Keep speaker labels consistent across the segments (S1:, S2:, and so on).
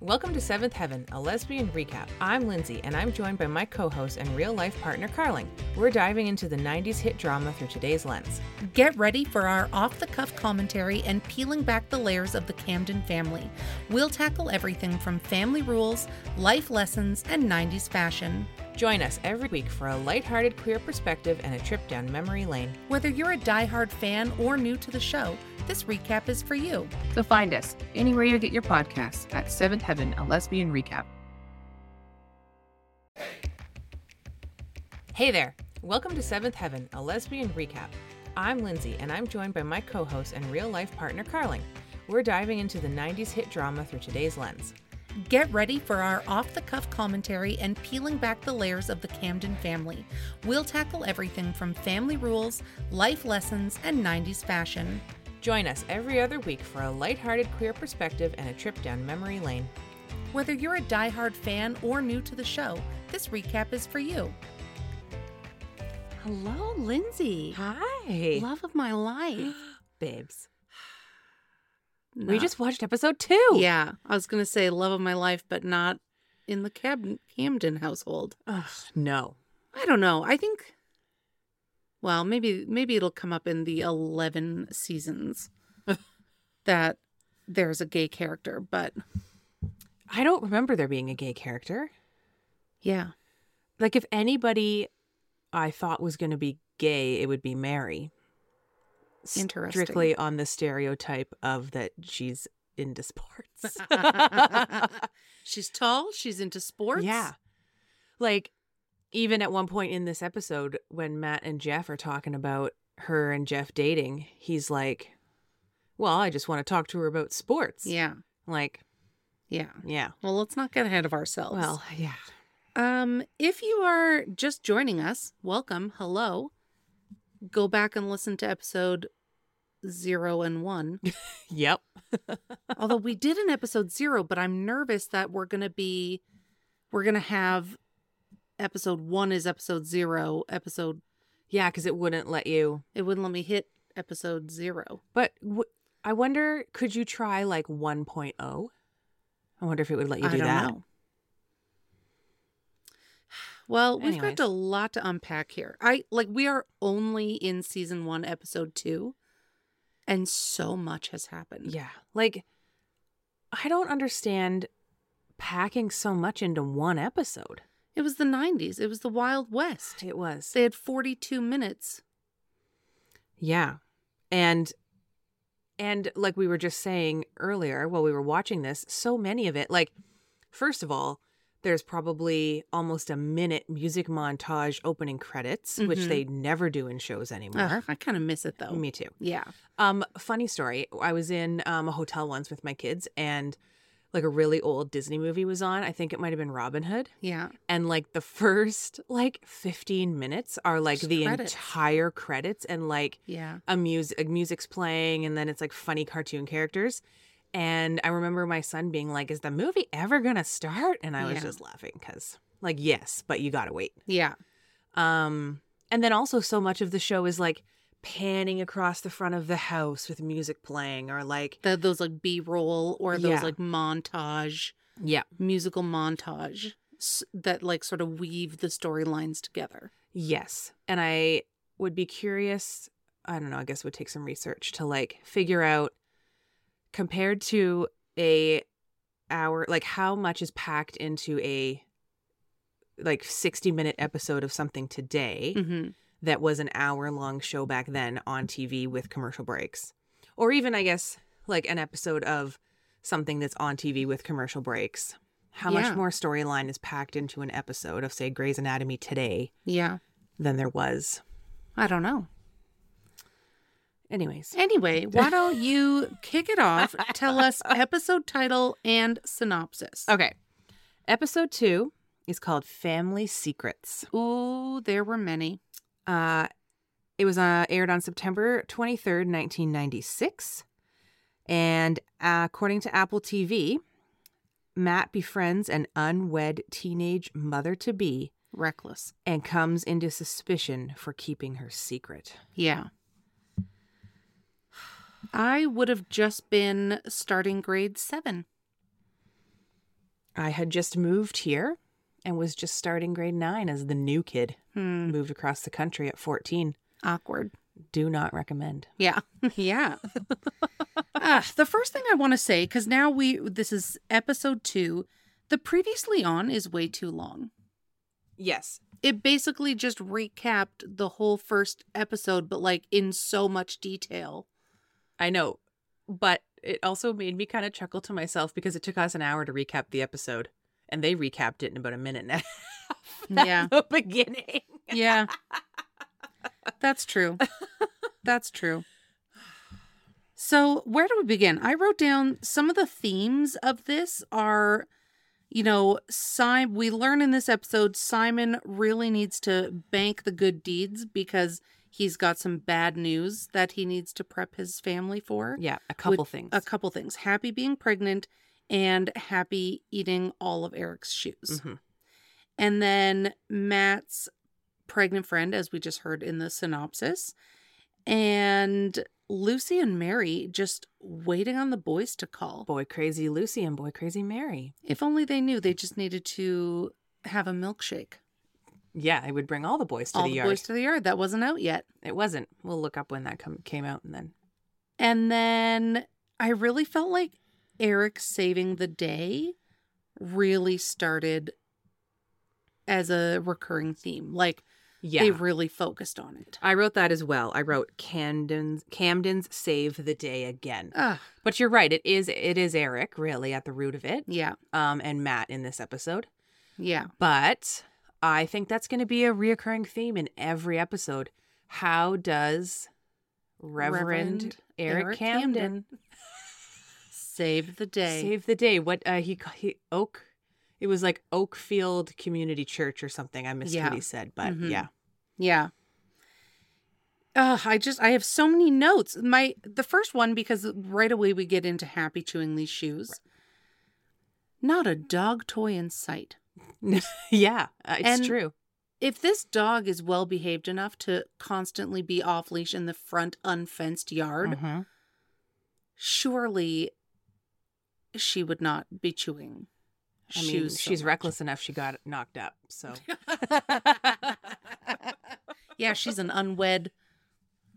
S1: Welcome to Seventh Heaven, a lesbian recap. I'm Lindsay, and I'm joined by my co host and real life partner, Carling. We're diving into the 90s hit drama through today's lens.
S2: Get ready for our off the cuff commentary and peeling back the layers of the Camden family. We'll tackle everything from family rules, life lessons, and 90s fashion.
S1: Join us every week for a lighthearted queer perspective and a trip down memory lane.
S2: Whether you're a diehard fan or new to the show, this recap is for you.
S3: So find us anywhere you get your podcasts at Seventh Heaven, a lesbian recap.
S1: Hey there. Welcome to Seventh Heaven, a lesbian recap. I'm Lindsay, and I'm joined by my co host and real life partner, Carling. We're diving into the 90s hit drama through today's lens.
S2: Get ready for our off the cuff commentary and peeling back the layers of the Camden family. We'll tackle everything from family rules, life lessons, and 90s fashion.
S1: Join us every other week for a lighthearted queer perspective and a trip down memory lane.
S2: Whether you're a diehard fan or new to the show, this recap is for you. Hello, Lindsay.
S4: Hi.
S2: Love of my life.
S4: Babes.
S2: No.
S4: We just watched episode two.
S2: Yeah, I was gonna say love of my life, but not in the Cam- Camden household.
S4: Ugh, no.
S2: I don't know. I think. Well, maybe maybe it'll come up in the eleven seasons that there's a gay character, but
S4: I don't remember there being a gay character.
S2: yeah,
S4: Like, if anybody I thought was going to be gay, it would be Mary.
S2: Interesting.
S4: Strictly on the stereotype of that she's into sports.
S2: she's tall. She's into sports.
S4: Yeah. Like, even at one point in this episode, when Matt and Jeff are talking about her and Jeff dating, he's like, Well, I just want to talk to her about sports.
S2: yeah,
S4: Like,
S2: yeah.
S4: yeah.
S2: Well, let's not get ahead of ourselves.
S4: Well, yeah.
S2: Um, if you are just joining us, welcome. Hello. Go back and listen to episode zero and one.
S4: Yep.
S2: Although we did an episode zero, but I'm nervous that we're gonna be we're gonna have episode one is episode zero, episode
S4: Yeah, because it wouldn't let you.
S2: it wouldn't let me hit episode zero.
S4: But w- I wonder, could you try like 1.0? I wonder if it would let you do
S2: I don't
S4: that.
S2: know. Well, we've
S4: Anyways.
S2: got a lot to unpack here. I like we are only in season one, episode two, and so much has happened.
S4: Yeah. Like, I don't understand packing so much into one episode.
S2: It was the nineties. It was the Wild West.
S4: It was.
S2: They had forty two minutes.
S4: Yeah. And and like we were just saying earlier while we were watching this, so many of it like first of all, there's probably almost a minute music montage opening credits, which
S2: Mhm.
S4: they never do in shows
S2: Ugh,
S4: anymore.
S2: I kind of miss it though.
S4: Me too.
S2: Yeah.
S4: Um, funny story. I was in um, a hotel once with my kids, and like a really old Disney movie was on. I think it might have been Robin Hood.
S2: Yeah.
S4: And like the first like 15 minutes are like
S2: Just
S4: the
S2: credits.
S4: entire credits, and like
S2: Yeah.
S4: a music music's playing, and then it's like funny cartoon characters. And I remember my son being like, "Is the movie ever gonna start?" And I was
S2: Yeah.
S4: just laughing because like yes, but you gotta wait.
S2: Yeah.
S4: Um, and then also so much of the show is like panning across the front of the house with music playing or like
S2: The, those like B roll or those
S4: Yeah.
S2: like montage,
S4: yeah
S2: musical montage s- that like sort of weave the storylines together.
S4: yes and i would be curious i don't know i guess it would take some research to like figure out compared to a hour like how much is packed into a like 60 minute episode of something today
S2: Mm-hmm.
S4: that was an hour long show back then on TV with commercial breaks. Or even, I guess, like an episode of something that's on TV with commercial breaks. How
S2: Yeah.
S4: much more storyline is packed into an episode of, say, Grey's Anatomy today
S2: Yeah.
S4: than there was?
S2: I don't know.
S4: Anyways,
S2: Anyway, why don't you kick it off? Tell us episode title and synopsis.
S4: okay. Episode two is called Family Secrets.
S2: Ooh, there were many.
S4: Uh, it was uh, aired on September 23rd, 1996. And uh, according to Apple TV, Matt befriends an unwed teenage mother to be
S2: Reckless.
S4: and comes into suspicion for keeping her secret.
S3: Yeah.
S2: I would have just been starting grade seven.
S4: I had just moved here and was just starting grade nine as the new kid.
S2: Hmm.
S4: Moved across the country at 14.
S2: Awkward.
S4: Do not recommend.
S2: Yeah. yeah. Ah, the first thing I want to say, because now we, this is episode two, the previously on is way too long.
S4: Yes.
S2: It basically just recapped the whole first episode, but like in so much detail.
S4: I know. But it also made me kind of chuckle to myself because it took us an hour to recap the episode. And they recapped it in about a minute and a half. at
S2: Yeah.
S4: The beginning.
S2: Yeah. That's true. That's true. So, where do we begin? I wrote down some of the themes of this are you know, si- we learn in this episode Simon really needs to bank the good deeds because he's got some bad news that he needs to prep his family for.
S4: Yeah. A couple
S2: With
S4: things.
S2: A couple things. Happy being pregnant and happy eating all of Eric's shoes.
S4: Mhm.
S2: And then Matt's pregnant friend, as we just heard in the synopsis. And Lucy and Mary just waiting on the boys to call.
S4: Boy Crazy Lucy and Boy Crazy Mary.
S2: If only they knew they just needed to have a milkshake.
S4: Yeah. I would bring all the boys to
S2: all
S4: the,
S2: the
S4: yard.
S2: boys to the yard. That wasn't out yet.
S4: it wasn't. We'll look up when that come came out and then.
S2: And then I really felt like Eric saving the day really started as a recurring theme. Like
S4: Yeah.
S2: they really focused on it.
S4: I wrote that as well. I wrote Camden's Camden's save the day again.
S2: Ah,
S4: But you're right, it is it is Eric really at the root of it.
S2: yeah.
S4: Um and Matt in this episode.
S2: Yeah.
S4: But I think that's going to be a reoccurring theme in every episode. How does Reverend,
S2: Reverend
S4: Eric,
S2: Eric
S4: Camden,
S2: Camden Save the day.
S4: save the day? What uh, he ca- he Oak it was like Oakfield Community Church or something. I missed
S2: Yeah.
S4: what he said, but
S2: Mhm.
S4: yeah.
S2: Yeah. Ugh, I just I have so many notes. My the first one because right away we get into happy chewing these shoes. Not a dog toy in sight.
S4: yeah, uh, it's
S2: And-
S4: true.
S2: If this dog is well behaved enough to constantly be off leash in the front unfenced yard,
S4: Mhm.
S2: surely she would not be chewing
S4: I
S2: shoes.
S4: mean,
S2: so
S4: she's
S2: much.
S4: reckless enough she got knocked up. So
S2: Yeah, she's an unwed,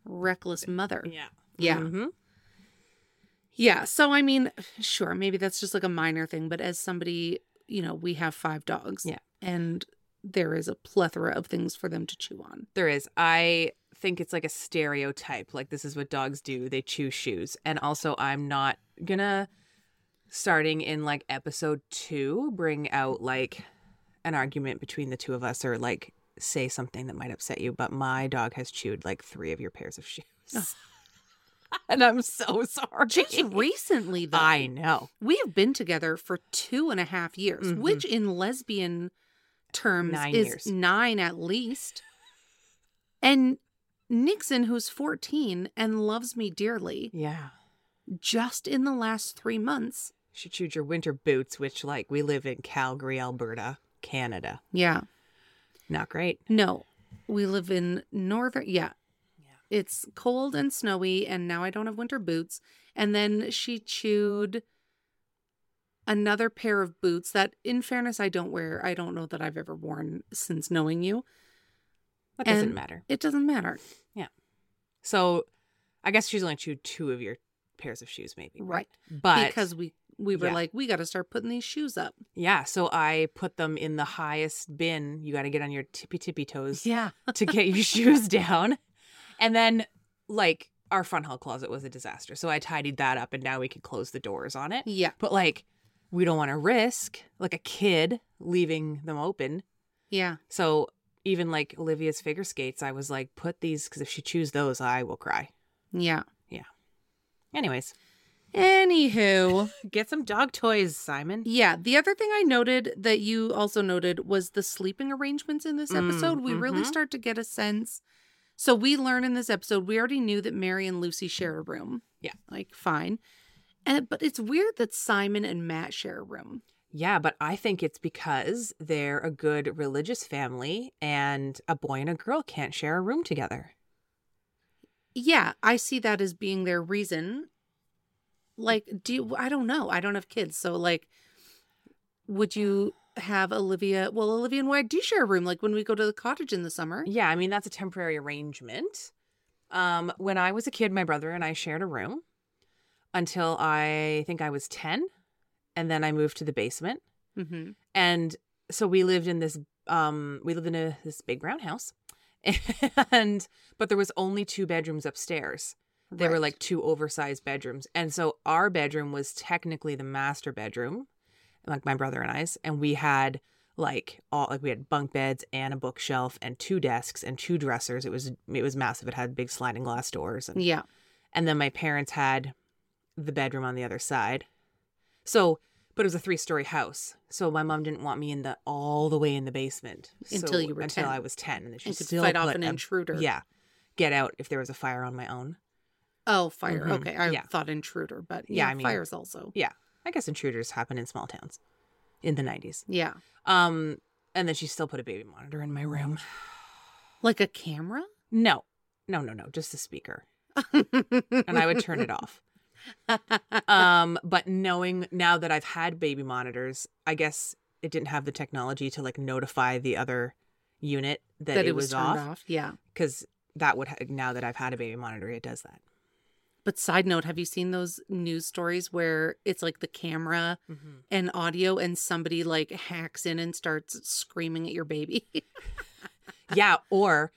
S2: reckless mother.
S4: yeah,
S2: Yeah.
S4: Mhm.
S2: Yeah. So, I mean, sure, maybe that's just like a minor thing, but as somebody, you know, we have five dogs.
S4: Yeah.
S2: And there is a plethora of things for them to chew on.
S4: There is. I think it's like a stereotype. Like this is what dogs do. They chew shoes. And also, I'm not gonna starting in like episode two bring out like an argument between the two of us or like say something that might upset you. But my dog has chewed like three of your pairs of shoes.
S2: Ugh.
S4: And I'm so sorry.
S2: Just recently, though,
S4: I know.
S2: we have been together for two and a half years,
S4: Mhm.
S2: which in lesbian terms
S4: Nine
S2: is
S4: years.
S2: nine at least. And Nixon, who's 14 and loves me dearly,
S4: Yeah.
S2: just in the last three months.
S4: She chewed your winter boots, which like we live in Calgary, Alberta, Canada.
S2: Yeah.
S4: Not great.
S2: No, we live in northern. Yeah.
S4: Yeah.
S2: It's cold and snowy, and now I don't have winter boots. And then she chewed another pair of boots that, in fairness, I don't wear. I don't know that I've ever worn since knowing you.
S4: That doesn't
S2: And-
S4: matter.
S2: It doesn't matter.
S4: So I guess she's only chewed two of your pairs of shoes, maybe.
S2: Right.
S4: But
S2: because we, we were
S4: Yeah.
S2: like, we got to start putting these shoes up.
S4: yeah, so I put them in the highest bin. You got to get on your tippy tippy toes
S2: Yeah.
S4: to get your shoes down. And then, like, our front hall closet was a disaster. So I tidied that up and now we can close the doors on it.
S2: Yeah.
S4: But, like, we don't want to risk, like, a kid leaving them open.
S2: Yeah.
S4: So even like Olivia's figure skates, I was like, put these because if she chews those, I will cry.
S2: Yeah.
S4: Anyways,
S2: Anywho.
S4: get some dog toys, Simon.
S2: Yeah, the other thing I noted that you also noted was the sleeping arrangements in this
S4: Mm,
S2: episode. We really
S4: mhm.
S2: start to get a sense. So we learn in this episode, we already knew that Mary and Lucy share a room.
S4: Yeah.
S2: Like, fine. And but it's weird that Simon and Matt share a room.
S4: Yeah, but I think it's because they're a good religious family and a boy and a girl can't share a room together.
S2: Yeah, I see that as being their reason. Like, do you, I don't know. I don't have kids, so like, would you have Olivia? Well, Olivia and Wyatt do share a room. Like when we go to the cottage in the summer.
S4: Yeah, I mean that's a temporary arrangement. Um when I was a kid, my brother and I shared a room until I think I was 10 and then I moved to the basement.
S2: Mm-hmm.
S4: and so we lived in this um we lived in a this big brown house and but there was only two bedrooms upstairs they were like two oversized bedrooms and so our bedroom was technically the master bedroom like my brother and i's and we had like all like we had bunk beds and a bookshelf and two desks and two dressers it was it was massive it had big sliding glass doors and
S2: Yeah.
S4: and then my parents had the bedroom on the other side. So, but it was a three-story house. So my mom didn't want me in the all the way in the basement
S2: Until
S4: So-
S2: you were
S4: until
S2: 10.
S4: I was ten, and then she
S2: And could
S4: still
S2: fight off
S4: put
S2: an
S4: a-
S2: intruder.
S4: Yeah, get out if there was a fire on my own.
S2: Oh, fire.
S4: Mhm.
S2: Okay, I
S4: Yeah.
S2: thought intruder, but yeah,
S4: Yeah, I mean-
S2: fires also.
S4: I guess intruders happen in small towns in the nineties.
S2: Yeah,
S4: Um, and then she still put a baby monitor in my room.
S2: like a camera.
S4: No, no, no, no, just a speaker,
S2: and
S4: and I would turn it off. um but knowing now that i've had baby monitors i guess it didn't have the technology to like notify the other unit that, it, was,
S2: turned
S4: off
S2: Yeah.
S4: because that would ha- now that i've had a baby monitor it does that
S2: But side note, have you seen those news stories where it's like the camera
S4: Mm-hmm.
S2: and audio and somebody like hacks in and starts screaming at your baby?
S4: yeah or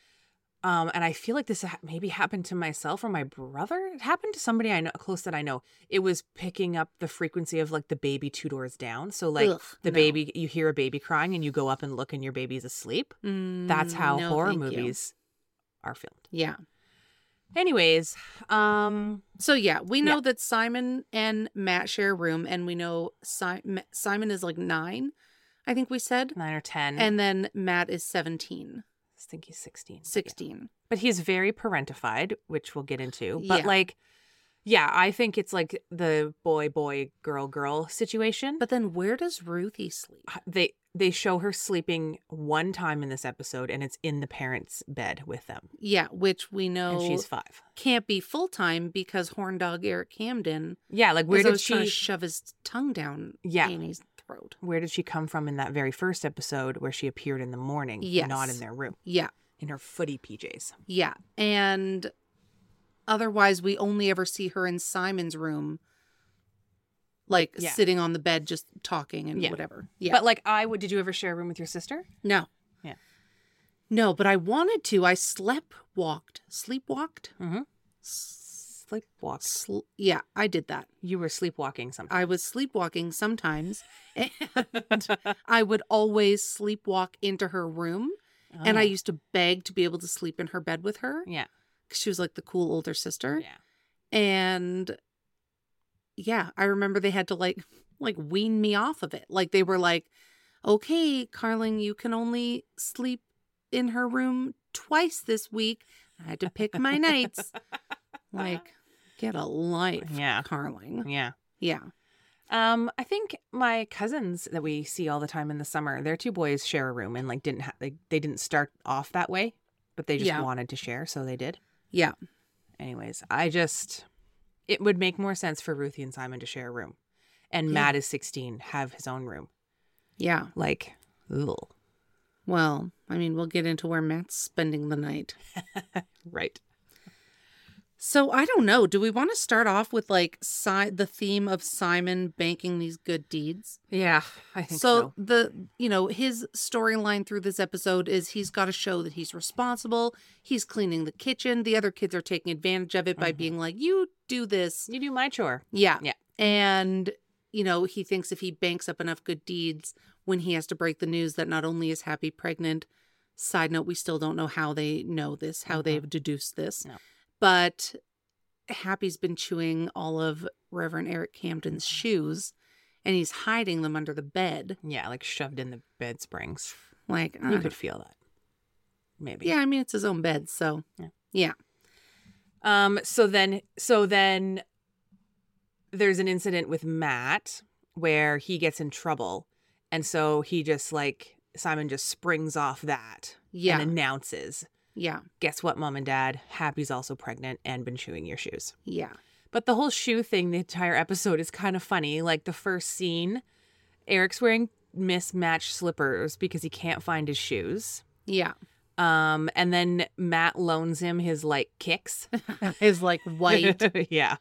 S4: um and i feel like this ha- maybe happened to myself or my brother it happened to somebody i know close that i know it was picking up the frequency of like the baby two doors down so like
S2: Ugh,
S4: the
S2: no.
S4: baby you hear a baby crying and you go up and look and your baby's asleep that's
S2: Mm,
S4: how
S2: no,
S4: horror
S2: thank you.
S4: movies are filmed
S2: Yeah.
S4: Anyways, um,
S2: So yeah, we know
S4: Yeah.
S2: that Simon and Matt share a room, and we know si- Ma- Simon is like nine, I think we said,
S4: nine or ten,
S2: and then Matt is 17,
S4: I think he's sixteen. but yeah.
S2: 16.
S4: but he's very parentified, which we'll get into. But
S2: Yeah.
S4: like, yeah, I think it's like the boy, boy, girl, girl situation.
S2: But then where does Ruthie sleep?
S4: they they show her sleeping one time in this episode, and it's in the parents' bed with them,
S2: Yeah, which we know
S4: and she's five.
S2: can't be full time because horn dog Eric Camden
S4: Yeah, like where
S2: is
S4: did
S2: always trying
S4: she?
S2: to shove his tongue down
S4: Yeah.
S2: Annie's throat.
S4: where did she come from in that very first episode where she appeared in the morning, not
S2: Yes.
S4: in their room,
S2: Yeah,
S4: in her footy PJs?
S2: yeah. And otherwise, we only ever see her in Simon's room, like
S4: Yeah.
S2: sitting on the bed just talking and
S4: Yeah.
S2: whatever. Yeah.
S4: But like, I would. Did you ever share a room with your sister?
S2: no.
S4: Yeah.
S2: No, but I wanted to. I slept, walked, sleepwalked.
S4: Sleepwalk.
S2: Sl- yeah, I did that.
S4: You were sleepwalking something.
S2: I was sleepwalking sometimes, and uh, I would always sleepwalk into her room. And I used to beg to be able to sleep in her bed with her
S4: Oh. yeah,
S2: because she was like the cool older sister.
S4: yeah,
S2: And yeah, I remember they had to like like wean me off of it. Like they were like, "Okay, Carling, you can only sleep in her room twice this week." I had to pick my nights. Like, get a life,
S4: Yeah.
S2: Carling.
S4: yeah.
S2: Yeah.
S4: Um, I think my cousins that we see all the time in the summer, their two boys share a room, and like didn't ha- they, they didn't start off that way, but they just
S2: Yeah.
S4: wanted to share, so they did.
S2: Yeah.
S4: Anyways, I just it would make more sense for Ruthie and Simon to share a room, and
S2: Yeah.
S4: Matt is sixteen, have his own room.
S2: Yeah.
S4: Like, ugh.
S2: Well, I mean, we'll get into where Matt's spending the night.
S4: right?
S2: So I don't know. Do we want to start off with like si- the theme of Simon banking these good deeds?
S4: Yeah, I think
S2: So,
S4: so.
S2: the you know his storyline through this episode is he's got to show that he's responsible. He's cleaning the kitchen. The other kids are taking advantage of it by
S4: Mhm.
S2: being like, "You do this."
S4: You do my chore.
S2: Yeah.
S4: Yeah.
S2: And you know he thinks if he banks up enough good deeds, when he has to break the news that not only is Happy pregnant. Side note: We still don't know how they know this, how
S4: Mhm.
S2: they've deduced this,
S4: No.
S2: but Happy's been chewing all of Reverend Eric Camden's shoes, and he's hiding them under the bed.
S4: Yeah, like shoved in the bed springs.
S2: Like,
S4: You
S2: uh,
S4: could feel that. Maybe.
S2: yeah, I mean, it's his own bed, so
S4: Yeah.
S2: yeah,
S4: Um. So then. So then. there's an incident with Matt where he gets in trouble. And so he just like, Simon just springs off that
S2: Yeah.
S4: and announces,
S2: yeah.
S4: guess what, mom and dad? Happy's also pregnant and been chewing your shoes.
S2: Yeah.
S4: But the whole shoe thing, the entire episode is kind of funny. Like the first scene, Eric's wearing mismatched slippers because he can't find his shoes.
S2: Yeah.
S4: Um, and then Matt loans him his like kicks.
S2: Is like white.
S4: yeah.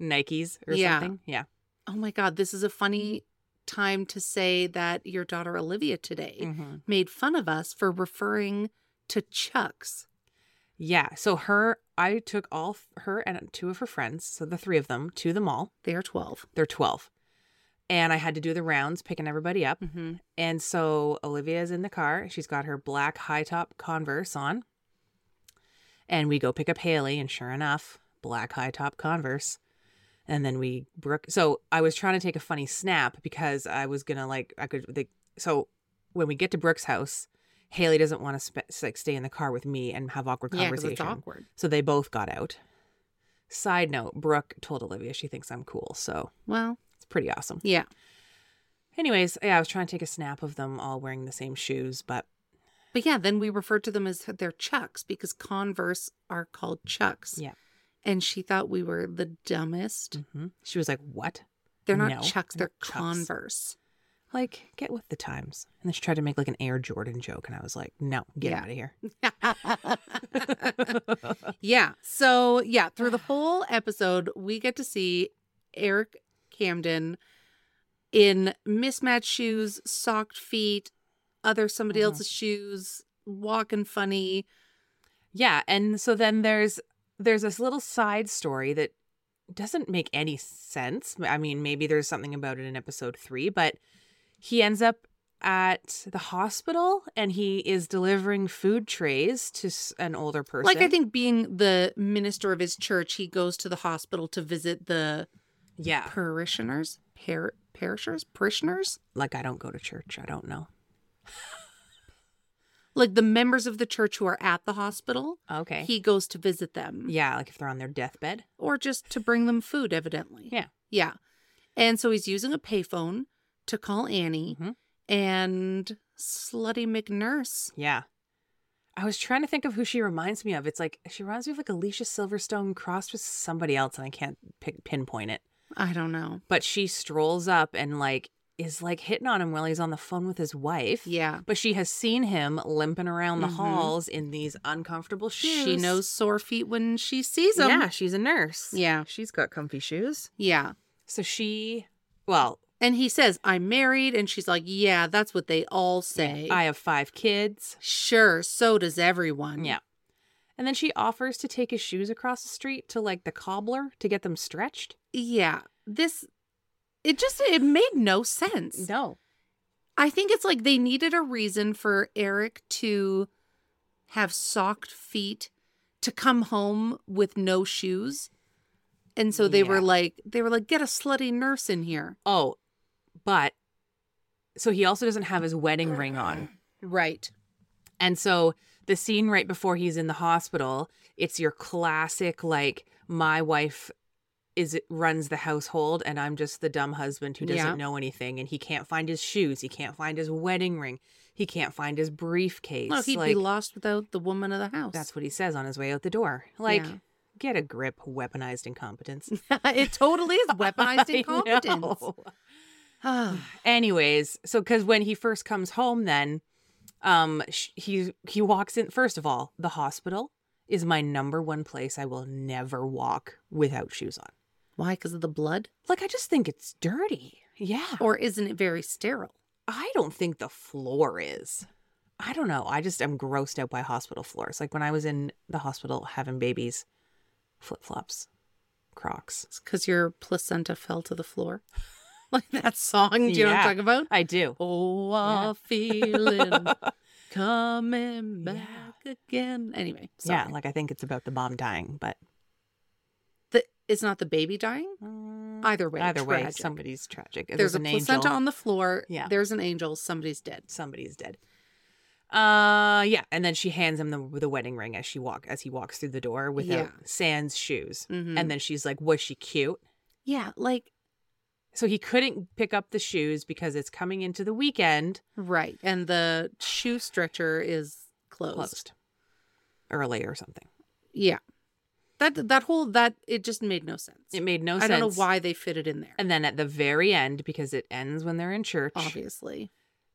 S4: Nikes or
S2: Yeah.
S4: something. Yeah.
S2: oh my God. This is a funny time to say that your daughter Olivia today
S4: Mm-hmm.
S2: made fun of us for referring to Chucks.
S4: Yeah. So her, I took all f- her and two of her friends, so the three of them, to the mall.
S2: They are 12.
S4: They're 12. And I had to do the rounds, picking everybody up.
S2: Mm-hmm.
S4: And so Olivia's in the car. She's got her black high top Converse on. And we go pick up Haley, and sure enough, black high top Converse. And then we brook. So I was trying to take a funny snap because I was gonna like I could. They, so when we get to Brooke's house, Haley doesn't want to sp- like stay in the car with me and have awkward
S2: Yeah, 'cause
S4: conversation.
S2: it's awkward.
S4: So they both got out. Side note: Brooke told Olivia she thinks I'm cool, so
S2: Well,
S4: it's pretty awesome.
S2: yeah.
S4: Anyways, yeah, I was trying to take a snap of them all wearing the same shoes, but
S2: But yeah, then we refer to them as their Chucks because Converse are called Chucks.
S4: Yeah.
S2: And she thought we were the dumbest.
S4: she was like, "What?"
S2: They're not
S4: No,
S2: Chucks, they're
S4: they're Chucks.
S2: Converse.
S4: Like, get with the times. And then she tried to make like an Air Jordan joke, and I was like, "No, get
S2: Yeah.
S4: out of here."
S2: yeah. So, yeah, through the whole episode, we get to see Eric Camden in mismatched shoes, socked feet, other somebody
S4: Mhm.
S2: else's shoes, walking funny.
S4: Yeah, and so then there's there's this little side story that doesn't make any sense. I mean, maybe there's something about it in episode 3, but he ends up at the hospital and he is delivering food trays to s- an older person.
S2: Like, I think being the minister of his church, he goes to the hospital to visit the
S4: yeah.
S2: parishioners, par- parishers, parishioners,
S4: Like I don't go to church. I don't know.
S2: like the members of the church who are at the hospital.
S4: Oh, Okay.
S2: He goes to visit them.
S4: yeah, like if they're on their deathbed.
S2: or just to bring them food, evidently.
S4: Yeah.
S2: Yeah. And so he's using a payphone to call Annie
S4: Mhm.
S2: and Slutty McNurse.
S4: Yeah. I was trying to think of who she reminds me of. It's like she reminds me of like Alicia Silverstone crossed with somebody else, and I can't pick, pinpoint it.
S2: I don't know.
S4: But she strolls up and like is like hitting on him while he's on the phone with his wife.
S2: Yeah.
S4: But she has seen him limping around the
S2: Mhm.
S4: halls in these uncomfortable shoes.
S2: She knows sore feet when she sees them.
S4: Yeah, she's a nurse.
S2: Yeah.
S4: she's got comfy shoes.
S2: Yeah.
S4: So she, well,
S2: And he says, I'm married. And she's like, Yeah, that's what they all say.
S4: I have five kids.
S2: sure, so does everyone.
S4: Yeah. And then she offers to take his shoes across the street to like the cobbler to get them stretched.
S2: Yeah. This it just it made no sense.
S4: No.
S2: I think it's like they needed a reason for Eric to have socked feet to come home with no shoes. And so they
S4: Yeah.
S2: were like they were like get a slutty nurse in here.
S4: Oh, but so he also doesn't have his wedding ring on.
S2: Right.
S4: And so the scene right before he's in the hospital, it's your classic like my wife is runs the household and I'm just the dumb husband who doesn't
S2: Yeah.
S4: know anything and he can't find his shoes, he can't find his wedding ring, he can't find his briefcase.
S2: No, he'd
S4: like,
S2: be lost without the woman of the house.
S4: That's what he says on his way out the door. Like
S2: Yeah.
S4: Get a grip, weaponized incompetence.
S2: it totally is weaponized
S4: I
S2: incompetence.
S4: know.
S2: Ah,
S4: anyways so because when he first comes home then um sh- he he walks in first of all the hospital is my number one place i will never walk without shoes on
S2: Why? Because of the blood?
S4: like i just think it's dirty yeah
S2: Or isn't it very sterile?
S4: i don't think the floor is i don't know i just am grossed out by hospital floors like when i was in the hospital having babies flip-flops crocs
S2: It's because your placenta fell to the floor. like that song. Do you know what
S4: Yeah.
S2: I'm talking about?
S4: i do
S2: Oh,
S4: Yeah.
S2: a feeling coming back again. Anyway, sorry.
S4: yeah like i think it's about the mom dying but
S2: the, it's not the baby dying.
S4: mm,
S2: Either way,
S4: either way
S2: tragic.
S4: somebody's tragic
S2: there's,
S4: there's,
S2: a
S4: an
S2: placenta
S4: angel
S2: on the floor.
S4: Yeah.
S2: there's an angel. Somebody's dead.
S4: somebody's dead uh yeah and then she hands him the, the wedding ring as she walk as he walks through the door without
S2: Yeah.
S4: sans shoes
S2: Mhm.
S4: and then she's like was she cute
S2: Yeah, like
S4: So he couldn't pick up the shoes because it's coming into the weekend
S2: right. And the shoe stretcher is closed.
S4: closed early or something.
S2: Yeah. That that whole that it just made no sense.
S4: It made no
S2: I
S4: sense.
S2: don't know why they fit it in there.
S4: And then at the very end, because it ends when they're in church,
S2: obviously.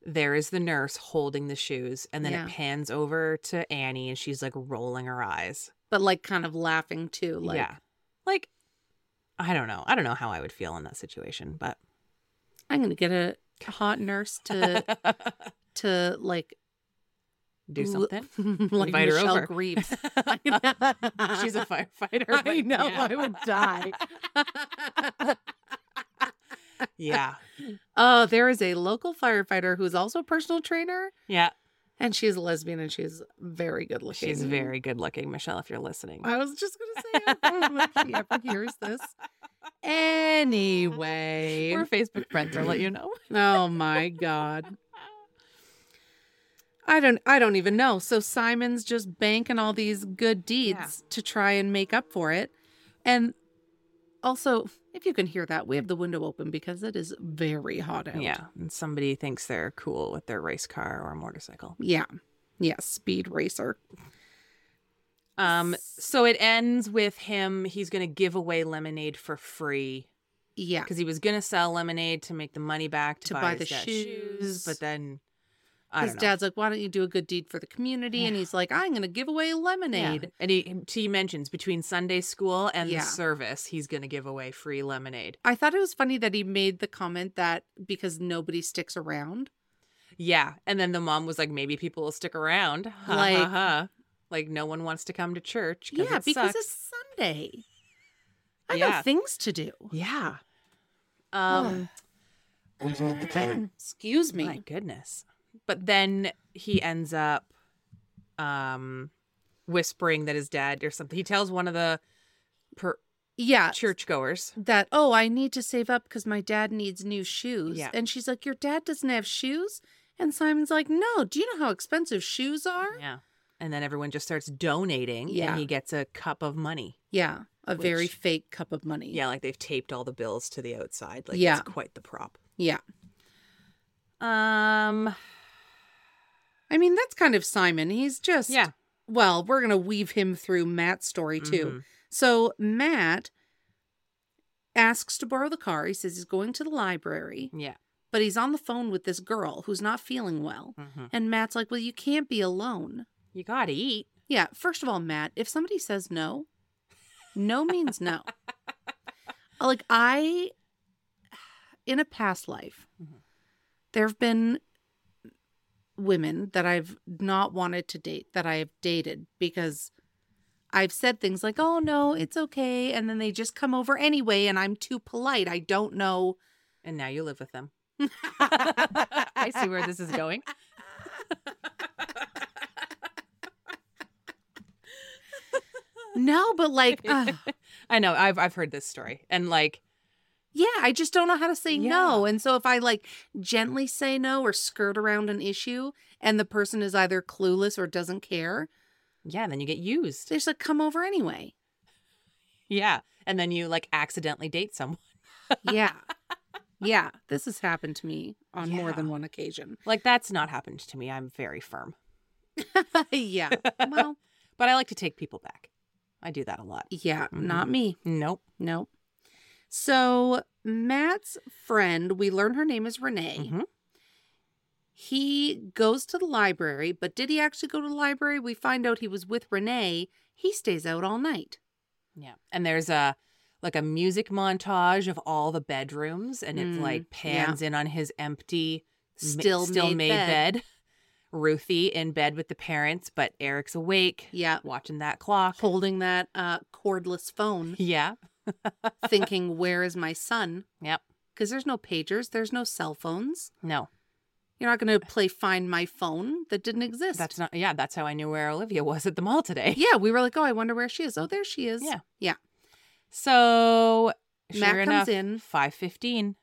S4: there is the nurse holding the shoes. And then
S2: Yeah.
S4: it pans over to Annie and she's like rolling her eyes.
S2: But like kind of laughing too. Like
S4: yeah. Like, I don't know. I don't know how I would feel in that situation, but
S2: I'm gonna get a hot nurse to to like
S4: do
S2: l-
S4: something.
S2: like
S4: Invite her
S2: Michelle
S4: over.
S2: Greaves.
S4: She's a firefighter.
S2: I
S4: but
S2: know.
S4: Yeah.
S2: I would die.
S4: yeah.
S2: Oh, there is a local firefighter who's also a personal trainer,
S4: Yeah.
S2: and she's a lesbian, and she's very good looking.
S4: She's very good looking, Michelle, if you're listening.
S2: I was just gonna say, I don't know if she ever hears this. Anyway,
S4: We're Facebook friends. I'll let you know.
S2: oh my god, I don't, I don't even know. So Simon's just banking all these good deeds to try and make up for it, and also, if you can hear that, we have the window open because it is very hot out.
S4: Yeah. And somebody thinks they're cool with their race car or motorcycle.
S2: yeah, yeah. Speed racer.
S4: Um, so it ends with him. He's gonna give away lemonade for free
S2: Yeah,
S4: because he was gonna sell lemonade to make the money back to,
S2: To buy
S4: his
S2: the
S4: dad's
S2: shoes.
S4: But then, I
S2: his
S4: don't know.
S2: dad's like, "Why don't you do a good deed for the community?" And
S4: Yeah.
S2: he's like, "I'm gonna give away
S4: Yeah.
S2: lemonade."
S4: and he he mentions between Sunday school and
S2: Yeah.
S4: the service, he's gonna give away free lemonade.
S2: I thought it was funny that he made the comment that because nobody sticks around.
S4: Yeah, and then the mom was like, maybe people will stick around. Ha, like,
S2: Like-
S4: ha, ha. like no one wants to come to church.
S2: Yeah,
S4: it
S2: because
S4: sucks.
S2: it's Sunday. I
S4: Yeah.
S2: got things to do.
S4: yeah.
S2: Oh,
S4: Um.
S2: Excuse me.
S4: My goodness. But then he ends up um whispering that his dad or something. He tells one of the per-
S2: yeah.
S4: churchgoers.
S2: That, oh, I need to save up because my dad needs new shoes.
S4: Yeah.
S2: And she's like, Your dad doesn't have shoes? And Simon's like, No, do you know how expensive shoes are?
S4: Yeah. And then everyone just starts donating
S2: Yeah.
S4: and he gets a cup of money.
S2: Yeah. A very
S4: Which-
S2: fake cup of money.
S4: Yeah, like they've taped all the bills to the outside. Like
S2: Yeah.
S4: it's quite the prop.
S2: Yeah.
S4: Um
S2: I mean, that's kind of Simon. He's just,
S4: Yeah.
S2: well, we're going to weave him through Matt's story too.
S4: Mhm.
S2: So Matt asks to borrow the car. He says he's going to the library,
S4: Yeah.
S2: but he's on the phone with this girl who's not feeling well.
S4: Mhm.
S2: And Matt's like, Well, you can't be alone.
S4: You gotta eat.
S2: Yeah, first of all, Matt, if somebody says no, no means no. like, I, in a past life,
S4: Mhm.
S2: there have been women that I've not wanted to date, that I have dated because I've said things like, oh, no, it's okay. And then they just come over anyway, and I'm too polite. I don't know.
S4: And now you live with them. I see where this is going.
S2: No, but like, ugh.
S4: I know. I've I've heard this story. And like
S2: Yeah, I just don't know how to say no.
S4: Yeah.
S2: And so if I like gently say no or skirt around an issue and the person is either clueless or doesn't care,
S4: yeah, then you get used.
S2: they just like come over anyway.
S4: Yeah. And then you like accidentally date someone.
S2: Yeah. yeah. This has happened to me on more
S4: Yeah.
S2: than one occasion.
S4: Like that's not happened to me. I'm very firm.
S2: yeah. Well,
S4: But I like to take people back. I do that a lot.
S2: yeah,
S4: Mm-hmm.
S2: not me.
S4: Nope.
S2: Nope. So Matt's friend, we learn her name is Renee.
S4: Mhm.
S2: He goes to the library, but did he actually go to the library? We find out he was with Renee. He stays out all night.
S4: Yeah. And there's a like a music montage of all the bedrooms and it
S2: Mm,
S4: like
S2: yeah.
S4: pans in on his empty ma-
S2: Still,
S4: still made,
S2: bed.
S4: bed. Ruthie in bed with the parents, but Eric's awake.
S2: Yeah.
S4: Watching that clock.
S2: Holding that uh, cordless phone,
S4: Yeah.
S2: thinking, where is my son?
S4: Yep.
S2: Because there's no pagers, there's no cell phones.
S4: No.
S2: You're not going to play Find My Phone that didn't exist.
S4: That's not yeah, that's how I knew where Olivia was at the mall today.
S2: Yeah, we were like, oh, I wonder where she is. Oh, there she is.
S4: Yeah.
S2: Yeah.
S4: So sure
S2: Matt comes
S4: enough,
S2: in.
S4: five fifteen.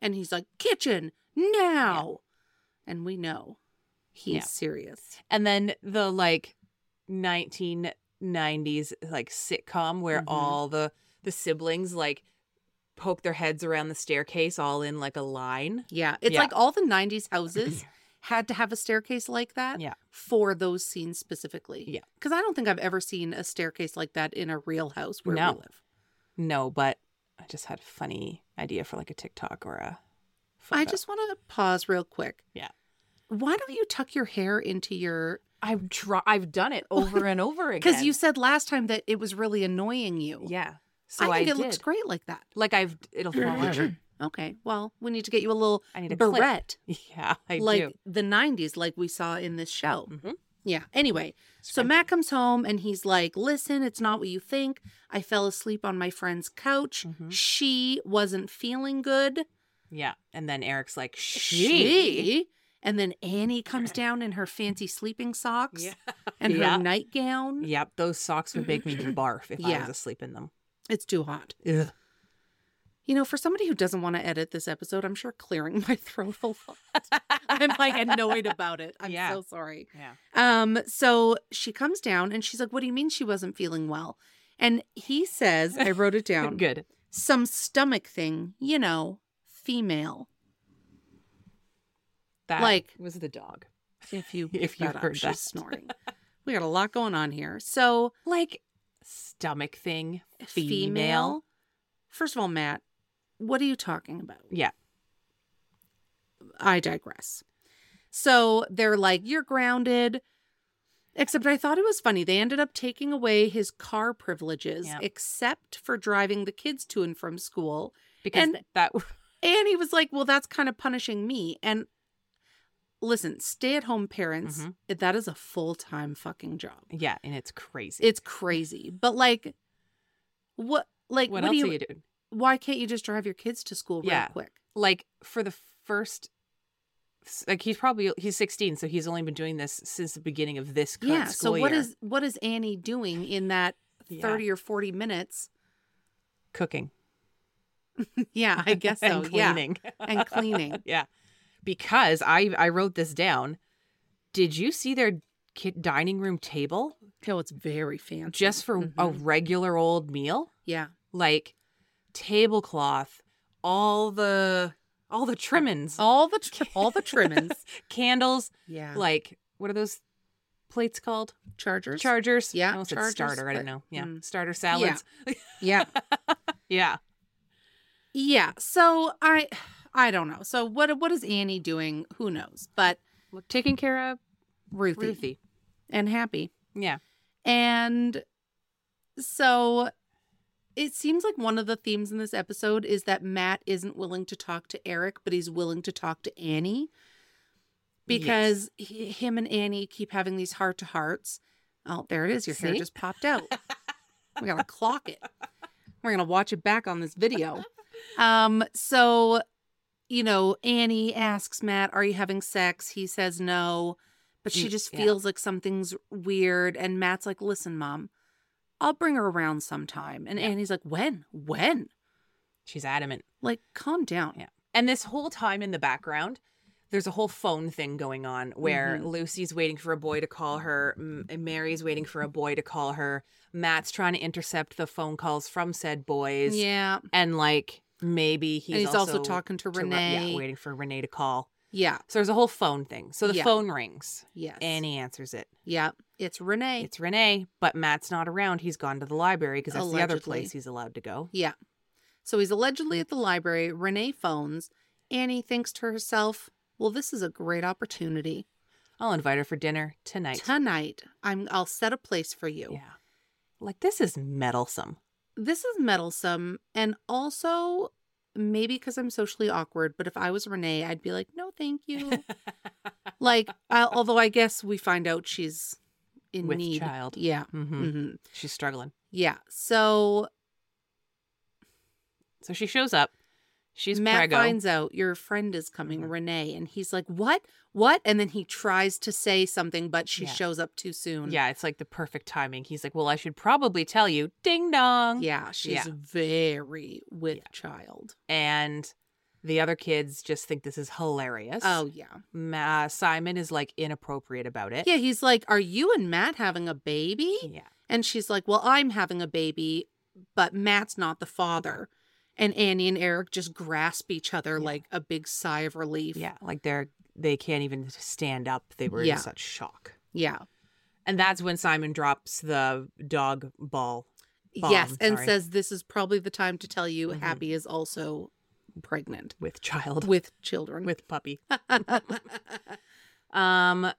S2: And he's like, kitchen now. And we know he's
S4: Yeah.
S2: serious.
S4: and then the like 1990s like sitcom where
S2: Mhm.
S4: Mm-hmm. all the the siblings like poke their heads around the staircase all in like a line.
S2: Yeah. It's
S4: Yeah.
S2: like all the 90s houses had to have a staircase like that
S4: Yeah.
S2: for those scenes specifically.
S4: Yeah.
S2: Because I don't think I've ever seen a staircase like that in a real house where
S4: No.
S2: we live.
S4: No, but I just had a funny idea for like a TikTok or a.
S2: I
S4: photo.
S2: just want to pause real quick.
S4: Yeah.
S2: Why don't you tuck your hair into your.
S4: I've try- I've done it over and over again
S2: Because you said last time that it was really annoying you.
S4: Yeah. So
S2: I
S4: I, did.
S2: think it looks great like that.
S4: Like I've it'll fall out.
S2: Okay. Well, we need to get you a little
S4: I need a clip.
S2: barrette
S4: Yeah, I
S2: like
S4: do.
S2: the 90s, like we saw in this show.
S4: Mhm.
S2: Yeah. Anyway, so Matt comes home and he's like, listen, it's not what you think. I fell asleep on my friend's couch.
S4: Mhm.
S2: She wasn't feeling good.
S4: Yeah, and then Eric's like she.
S2: She. And then Annie comes down in her fancy sleeping socks
S4: Yeah.
S2: and her
S4: Yeah.
S2: nightgown.
S4: Yep, those socks would make me barf if I
S2: Yeah.
S4: was asleep in them.
S2: It's too hot.
S4: Ugh.
S2: You know, for somebody who doesn't want to edit this episode, I'm sure clearing my throat a lot. I'm like annoyed about it. I'm
S4: Yeah.
S2: so sorry.
S4: Yeah.
S2: Um, so she comes down and she's like, What do you mean she wasn't feeling well? And he says, I wrote it down.
S4: Good.
S2: Some stomach thing, you know, female.
S4: That
S2: Like-
S4: was the dog.
S2: If you
S4: If
S2: if
S4: you
S2: you up,
S4: heard that.
S2: she's snoring. We got a lot going on here. So
S4: Like stomach thing.
S2: female.
S4: Female.
S2: First of all, Matt, what are you talking about?
S4: Yeah.
S2: I digress. So they're like, you're grounded. Except I thought it was funny. They ended up taking away his car privileges,
S4: Yeah.
S2: except for driving the kids to and from school.
S4: Because
S2: And-
S4: that
S2: And he was like, well, that's kind of punishing me. And listen, stay at home parents,
S4: Mhm.
S2: that is a full time fucking job.
S4: yeah, and it's crazy.
S2: It's crazy. But like, what, like,
S4: what,
S2: what,
S4: else
S2: do you,
S4: are you doing?
S2: why can't you just drive your kids to school
S4: Yeah.
S2: real quick?
S4: Like for the first like he's probably he's 16 so he's only been doing this since the beginning of this current
S2: yeah so
S4: school
S2: what
S4: year.
S2: is what is annie doing in that
S4: Yeah.
S2: 30 or 40 minutes
S4: cooking
S2: yeah i guess so
S4: and
S2: yeah
S4: cleaning.
S2: and cleaning
S4: Yeah. Because I I wrote this down. Did you see their kid dining room table
S2: oh it's very fancy
S4: just for a
S2: Mhm.
S4: regular old meal?
S2: yeah
S4: Like tablecloth, all the all the trimmings,
S2: all the tr- all the trimmings
S4: candles,
S2: yeah like
S4: like what are those plates called?
S2: chargers
S4: Chargers.
S2: Yeah,
S4: I almost said
S2: chargers,
S4: starter. I don't
S2: but-
S4: know. Yeah,
S2: mm.
S4: starter salads.
S2: yeah
S4: Yeah.
S2: yeah so i i don't know so what what is annie doing who knows but
S4: Look, taking care of
S2: ruthie,
S4: Ruthie.
S2: and happy
S4: Yeah.
S2: and so it seems like one of the themes in this episode is that Matt isn't willing to talk to Eric, but he's willing to talk to Annie because he, him and Annie keep having these heart to hearts. Oh, there it is. Your hair
S4: See?
S2: just popped out. we got to clock it. We're going to watch it back on this video. Um, so, you know, Annie asks Matt, Are you having sex? He says no, but she
S4: Mm,
S2: just
S4: yeah.
S2: feels like something's weird. And Matt's like, Listen, mom, I'll bring her around sometime. And
S4: Yeah.
S2: Annie's like, When? When?
S4: She's adamant.
S2: Like, calm down.
S4: Yeah. And this whole time in the background, there's a whole phone thing going on where
S2: Mm-hmm.
S4: Lucy's waiting for a boy to call her, M- Mary's waiting for a boy to call her, Matt's trying to intercept the phone calls from said boys,
S2: Yeah.
S4: and like maybe he's,
S2: and he's also, talking to
S4: to Re-
S2: Renee.
S4: yeah, waiting for Renee to call.
S2: yeah.
S4: So there's a whole phone thing. So the
S2: Yeah.
S4: phone rings.
S2: Yes.
S4: Annie answers it.
S2: Yeah. It's Renee.
S4: It's Renee, but Matt's not around. He's gone to the library because that's the other
S2: Allegedly.
S4: place he's allowed to go.
S2: yeah. So he's allegedly at the library. Renee phones. Annie thinks to herself, well, this is a great opportunity.
S4: I'll invite her for dinner tonight.
S2: Tonight, I'm I'll set a place for you.
S4: yeah. Like this is meddlesome.
S2: This is meddlesome and also maybe because I'm socially awkward, but if I was Renee, I'd be like, no, thank you. like, I, although I guess we find out she's in
S4: With
S2: need.
S4: child.
S2: Yeah.
S4: Mm-hmm.
S2: hmm
S4: She's struggling.
S2: Yeah. So
S4: So she shows up. She's Mm-hmm.
S2: Matt
S4: preggo.
S2: finds out your friend is coming, Renee, and he's like, "What? What?" And then he tries to say something, but she
S4: Yeah.
S2: shows up too soon.
S4: yeah, it's like the perfect timing. He's like, "Well, I should probably tell you." Ding dong.
S2: yeah, she's
S4: Yeah.
S2: very with child.
S4: And the other kids just think this is hilarious.
S2: Oh yeah,
S4: Ma- uh, Simon is like inappropriate about it.
S2: yeah. He's like, "Are you and Matt having a baby?"
S4: Yeah.
S2: And she's like, "Well, I'm having a baby, but Matt's not the father." and Annie and Eric just grasp each other like a big sigh of relief.
S4: Yeah, like they're they can't even stand up. They were
S2: Yeah.
S4: in such shock.
S2: Yeah.
S4: And that's when Simon drops the dog ball. Bomb,
S2: yes. And
S4: sorry.
S2: says this is probably the time to tell you
S4: Mhm.
S2: Happy is also pregnant
S4: with child
S2: with children.
S4: with puppy. Um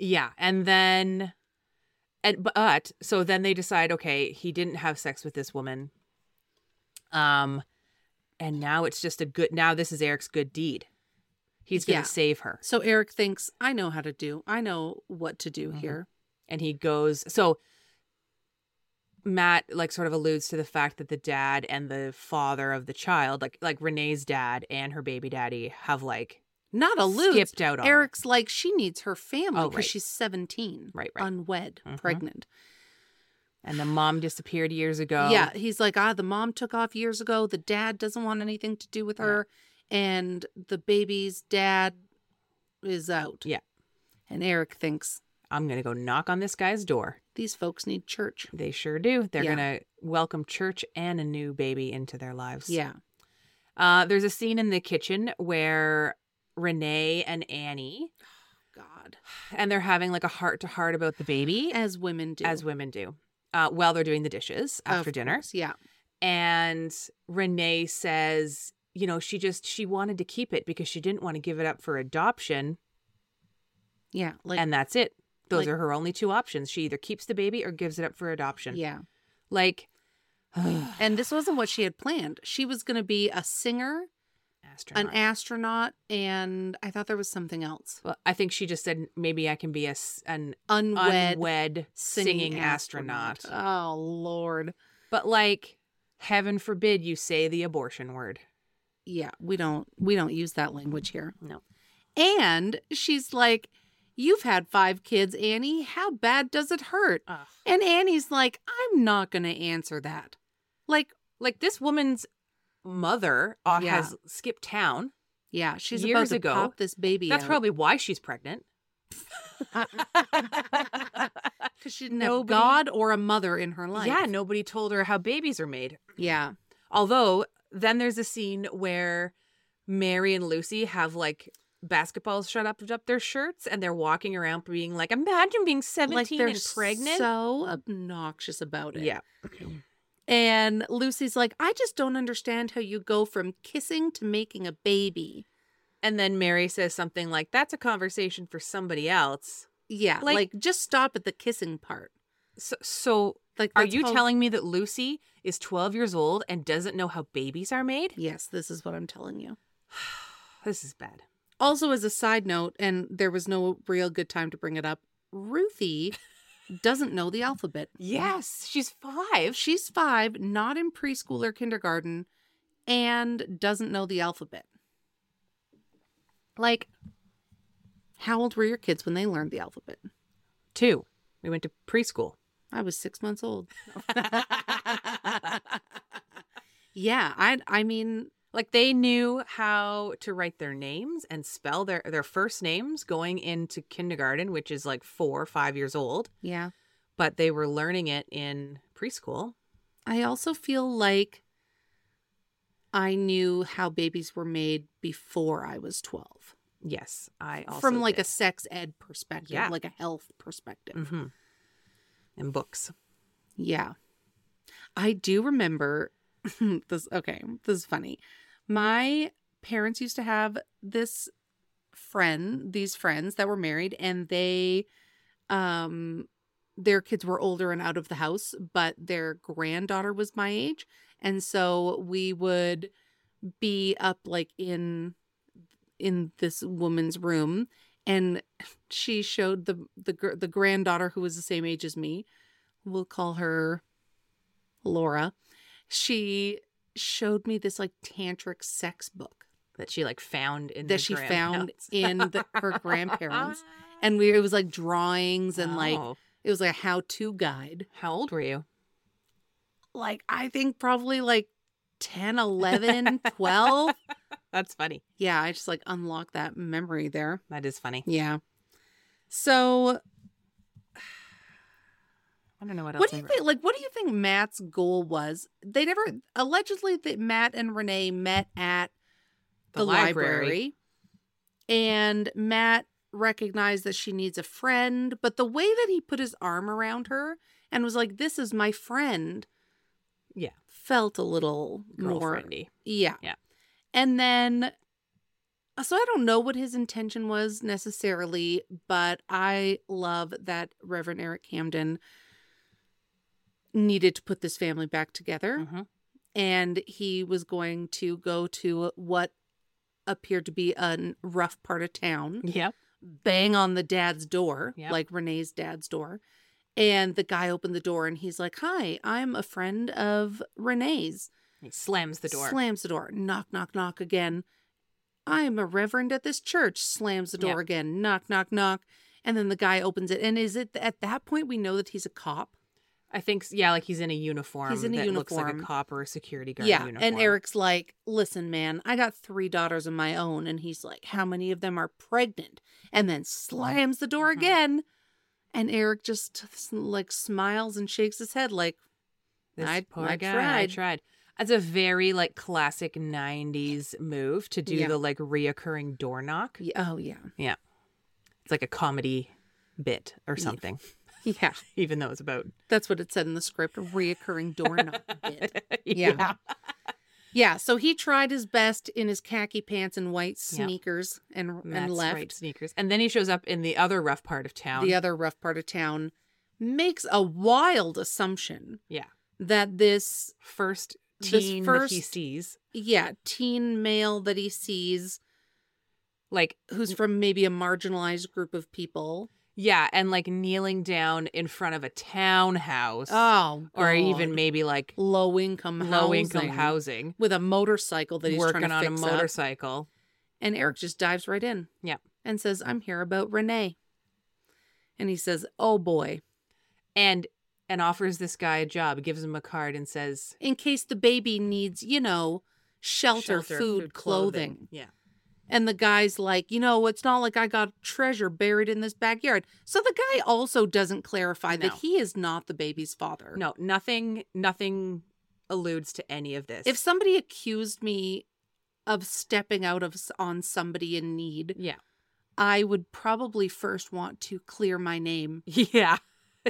S4: yeah, and then and but so then they decide okay, he didn't have sex with this woman. Um and now it's just a good now this is Eric's good deed. He's going to
S2: Yeah.
S4: save her.
S2: so Eric thinks, I know how to do, I know what to do
S4: Mhm.
S2: here.
S4: and he goes so matt like sort of alludes to the fact that the dad and the father of the child like like renee's dad and her baby daddy have like
S2: Not a loot.
S4: skipped out on it.
S2: Eric's like, she needs her family
S4: Oh,
S2: because
S4: right.
S2: she's 17,
S4: Right, right.
S2: unwed,
S4: Mhm.
S2: pregnant.
S4: and the mom disappeared years ago
S2: Yeah, he's like, ah, the mom took off years ago. The dad doesn't want anything to do with
S4: Yeah.
S2: her, and the baby's dad is out.
S4: Yeah.
S2: and Eric thinks
S4: i'm gonna go knock on this guy's door
S2: these folks need church.
S4: they sure do they're
S2: Yeah.
S4: gonna welcome church and a new baby into their lives
S2: Yeah,
S4: uh there's a scene in the kitchen where renee and annie
S2: God,
S4: and they're having like a heart to heart about the baby
S2: as women do
S4: as women do uh, while they're doing the dishes
S2: Of
S4: after dinner
S2: course, Yeah,
S4: and renee says you know she just she wanted to keep it because she didn't want to give it up for adoption
S2: yeah, like
S4: and that's it those
S2: like-
S4: are her only two options she either keeps the baby or gives it up for adoption
S2: yeah.
S4: like
S2: And this wasn't what she had planned. She was going to be a singer,
S4: astronaut.
S2: an astronaut, and I thought there was something else.
S4: well, i think she just said maybe i can be a, s- an
S2: Unwed,
S4: unwed singing, astronaut.
S2: Oh Lord,
S4: but like heaven forbid you say the abortion word
S2: yeah we don't we don't use that language here
S4: No.
S2: and she's like you've had five kids annie how bad does it hurt
S4: Ugh.
S2: and annie's like i'm not gonna answer that like
S4: like this woman's mother uh,
S2: Yeah.
S4: has skipped town
S2: yeah she's about
S4: Years
S2: to
S4: ago,
S2: pop this baby
S4: that's probably why she's pregnant
S2: because she didn't
S4: nobody-
S2: have god or a mother in her life
S4: Yeah, nobody told her how babies are made.
S2: yeah
S4: Although, then there's a scene where Mary and Lucy have like basketballs shut up up their shirts and they're walking around being like, imagine being 17
S2: like they're
S4: and pregnant.
S2: so obnoxious about it
S4: yeah.
S2: and lucy's like i just don't understand how you go from kissing to making a baby
S4: And then Mary says something like, that's a conversation for somebody else.
S2: yeah
S4: Like-
S2: like just stop at the kissing part
S4: So, so
S2: Like,
S4: are
S2: that's
S4: you
S2: how-
S4: telling me that Lucy is 12 years old and doesn't know how babies are made?
S2: Yes, this is what I'm telling you.
S4: This is bad.
S2: Also, as a side note, and there was no real good time to bring it up, Ruthie doesn't know the alphabet.
S4: Yes, she's five.
S2: She's five, not in preschool or kindergarten, and doesn't know the alphabet. Like, how old were your kids when they learned the alphabet?
S4: Two. We went to preschool.
S2: I was six months old. Yeah, I I mean,
S4: Like they knew how to write their names and spell their their first names going into kindergarten, which is like four or five years old,
S2: yeah.
S4: but they were learning it in preschool.
S2: I also feel like I knew how babies were made before I was twelve.
S4: Yes, I also
S2: from like a sex ed perspective,
S4: Yeah.
S2: like a health perspective.
S4: mm-hmm. in books.
S2: Yeah. I do remember this. Okay, this is funny. My parents used to have this friend, these friends that were married, and they, um, their kids were older and out of the house, but their granddaughter was my age. And so we would be up like in in this woman's room and she showed the the gr- the granddaughter who was the same age as me we'll call her Laura. She showed me this like tantric sex book
S4: That she like found in
S2: that
S4: the
S2: she found
S4: grandparents.
S2: in the, her grandparents, and we it was like drawings and like
S4: Oh.
S2: it was like a how to guide.
S4: how old were you?
S2: Like I think probably like 10, 11, 12.
S4: That's funny.
S2: yeah, I just like unlocked that memory there.
S4: That is funny.
S2: Yeah. So
S4: I
S5: I don't know what else.
S2: What do
S5: I
S2: you
S5: wrote.
S2: think? Like, what do you think Matt's goal was? They never allegedly that Matt and Renee met at the, library. and Matt recognized that she needs a friend. But the way that he put his arm around her and was like, "This is my friend,"
S4: Yeah.
S2: felt a little more,
S4: Girlfriendy.
S2: yeah,
S4: Yeah.
S2: And then, so I don't know what his intention was necessarily, but I love that Reverend Eric Camden needed to put this family back together
S5: Mhm.
S2: and he was going to go to what appeared to be a rough part of town,
S4: Yep.
S2: bang on the dad's door,
S4: Yep.
S2: like Renee's dad's door. And the guy opened the door and he's like, Hi, I'm a friend of Renee's.
S4: He slams the door.
S2: Slams the door. Knock, knock, knock again. I'm a reverend at this church. Slams the door
S4: Yep.
S2: again. Knock, knock, knock. And then the guy opens it. And is it at that point we know that he's a cop?
S4: I think, s- yeah, like he's in a uniform.
S2: He's in a
S4: that Looks like a
S2: uniform.
S4: cop or a security guard.
S2: yeah
S4: uniform.
S2: and eric's like listen man i got three daughters of my own and he's like how many of them are pregnant and then slams the door
S4: Mhm.
S2: again and eric just like smiles and shakes his head like
S4: This
S2: I-
S4: poor
S2: I
S4: guy. I
S2: tried.
S4: tried. That's a very like classic '90s move to do
S2: Yeah.
S4: the like reoccurring door knock.
S2: "Y- oh yeah
S4: It's like a comedy bit or
S2: Yeah.
S4: something,
S2: yeah
S4: even though it's about
S2: that's what it said in the script a reoccurring door knock bit
S4: yeah.
S2: yeah so he tried his best in his khaki pants and white
S4: Yeah.
S2: sneakers and, and
S4: Matt's
S2: left
S4: right sneakers, and then he shows up in the other rough part of town.
S2: the other rough part of town makes a wild assumption
S4: Yeah.
S2: that this
S4: first
S2: This
S4: teen that he
S2: first-
S4: sees,
S2: yeah, teen male that he sees
S4: like
S2: who's from maybe a marginalized group of people.
S4: yeah, and like kneeling down in front of a townhouse,
S2: Oh,
S4: or even
S2: God.
S4: maybe like
S2: low income
S4: low income
S2: house
S4: housing,
S2: with a motorcycle that he's
S4: working
S2: trying to
S4: on a
S2: fix up.
S4: motorcycle.
S2: And Eric just dives right in.
S4: Yeah.
S2: And says, "I'm here about Renee." And he says, "Oh boy,
S4: and and offers this guy a job, gives him a card, and says
S2: in case the baby needs, you know, shelter, food, clothing.
S4: Yeah,
S2: And the guy's like, "You know, it's not like I got treasure buried in this backyard." So the guy also doesn't clarify
S4: No.
S2: that he is not the baby's father.
S4: no, nothing, nothing alludes to any of this.
S2: if somebody accused me of stepping out of s- on somebody in need
S4: yeah,
S2: i would probably first want to clear my name
S4: yeah,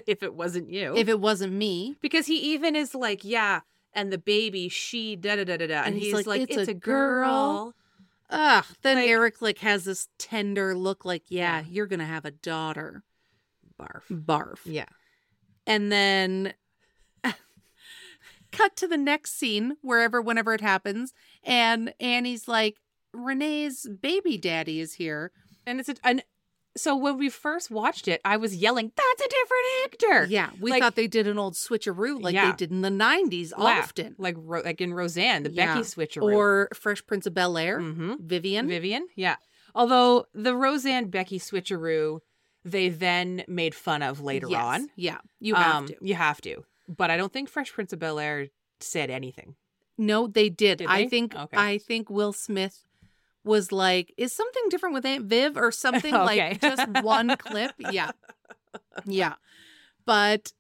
S4: if it wasn't you,
S2: if it wasn't me
S4: because he even is like, yeah, and the baby, she da da da da da, and, he's, like, it's, a, girl.
S2: ugh then
S4: Like-
S2: eric like has this tender look like yeah,
S4: Yeah.
S2: you're gonna have a daughter
S4: barf.
S2: barf
S4: Yeah,
S2: and then cut to the next scene wherever whenever it happens and annie's like renee's baby daddy is here
S4: and it's a and so when we first watched it, I was yelling, "That's a different actor."
S2: Yeah, we
S4: Like-
S2: thought they did an old switcheroo like
S4: Yeah.
S2: they did in the 90s
S4: Laugh.
S2: often.
S4: like Ro- like in Roseanne, the
S2: Yeah.
S4: Becky switcheroo,
S2: Or Fresh Prince of Bel Air,
S4: hmm
S2: Vivian.
S4: Vivian, yeah. Although the Roseanne Becky switcheroo, they then made fun of later
S2: Yes,
S4: on.
S2: Yeah, you have
S4: Um,
S2: to.
S4: You have to. But I don't think Fresh Prince of Bel Air said anything.
S2: No, they did.
S4: Did
S2: I
S4: they?
S2: think
S4: Okay.
S2: I think Will Smith was like, is something different with Aunt Viv or something
S4: Okay.
S2: like just one clip? Yeah. Yeah. But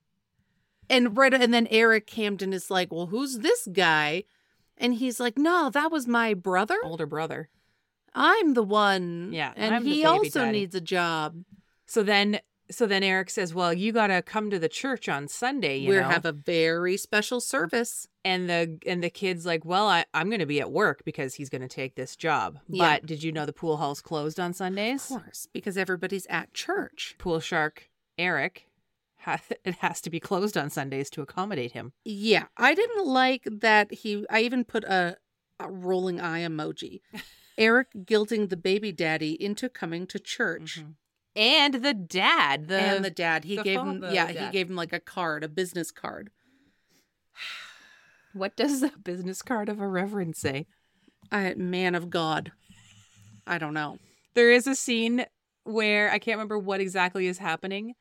S2: and right and then Eric Camden is like, Well, who's this guy? And he's like, No, that was my brother.
S4: Older brother.
S2: I'm the one.
S4: Yeah,
S2: And
S4: I'm the
S2: he
S4: baby
S2: also
S4: daddy."
S2: needs a job.
S4: So then, so then Eric says, "Well, you gotta come to the church on Sunday. You
S2: we
S4: know?"
S2: have a very special service.
S4: and the and the kid's like, "Well, I, I'm gonna be at work because he's gonna take this job.
S2: Yeah.
S4: But did you know the pool hall's closed on Sundays?
S2: course, because everybody's at church.
S4: Pool shark Eric, ha- it has to be closed on Sundays to accommodate him.
S2: Yeah, I didn't like that he. I even put a, a rolling eye emoji. Eric guilting the baby daddy into coming to church,
S4: and the dad the,
S2: Mm-hmm. and the dad he
S4: Mm-hmm. the
S2: gave
S4: phone
S2: him.
S4: bill
S2: Yeah,
S4: dad.
S2: he gave him like a card, a business card.
S4: what does the business card of a reverend say
S2: I man of God. I don't know.
S4: there is a scene where i can't remember what exactly is happening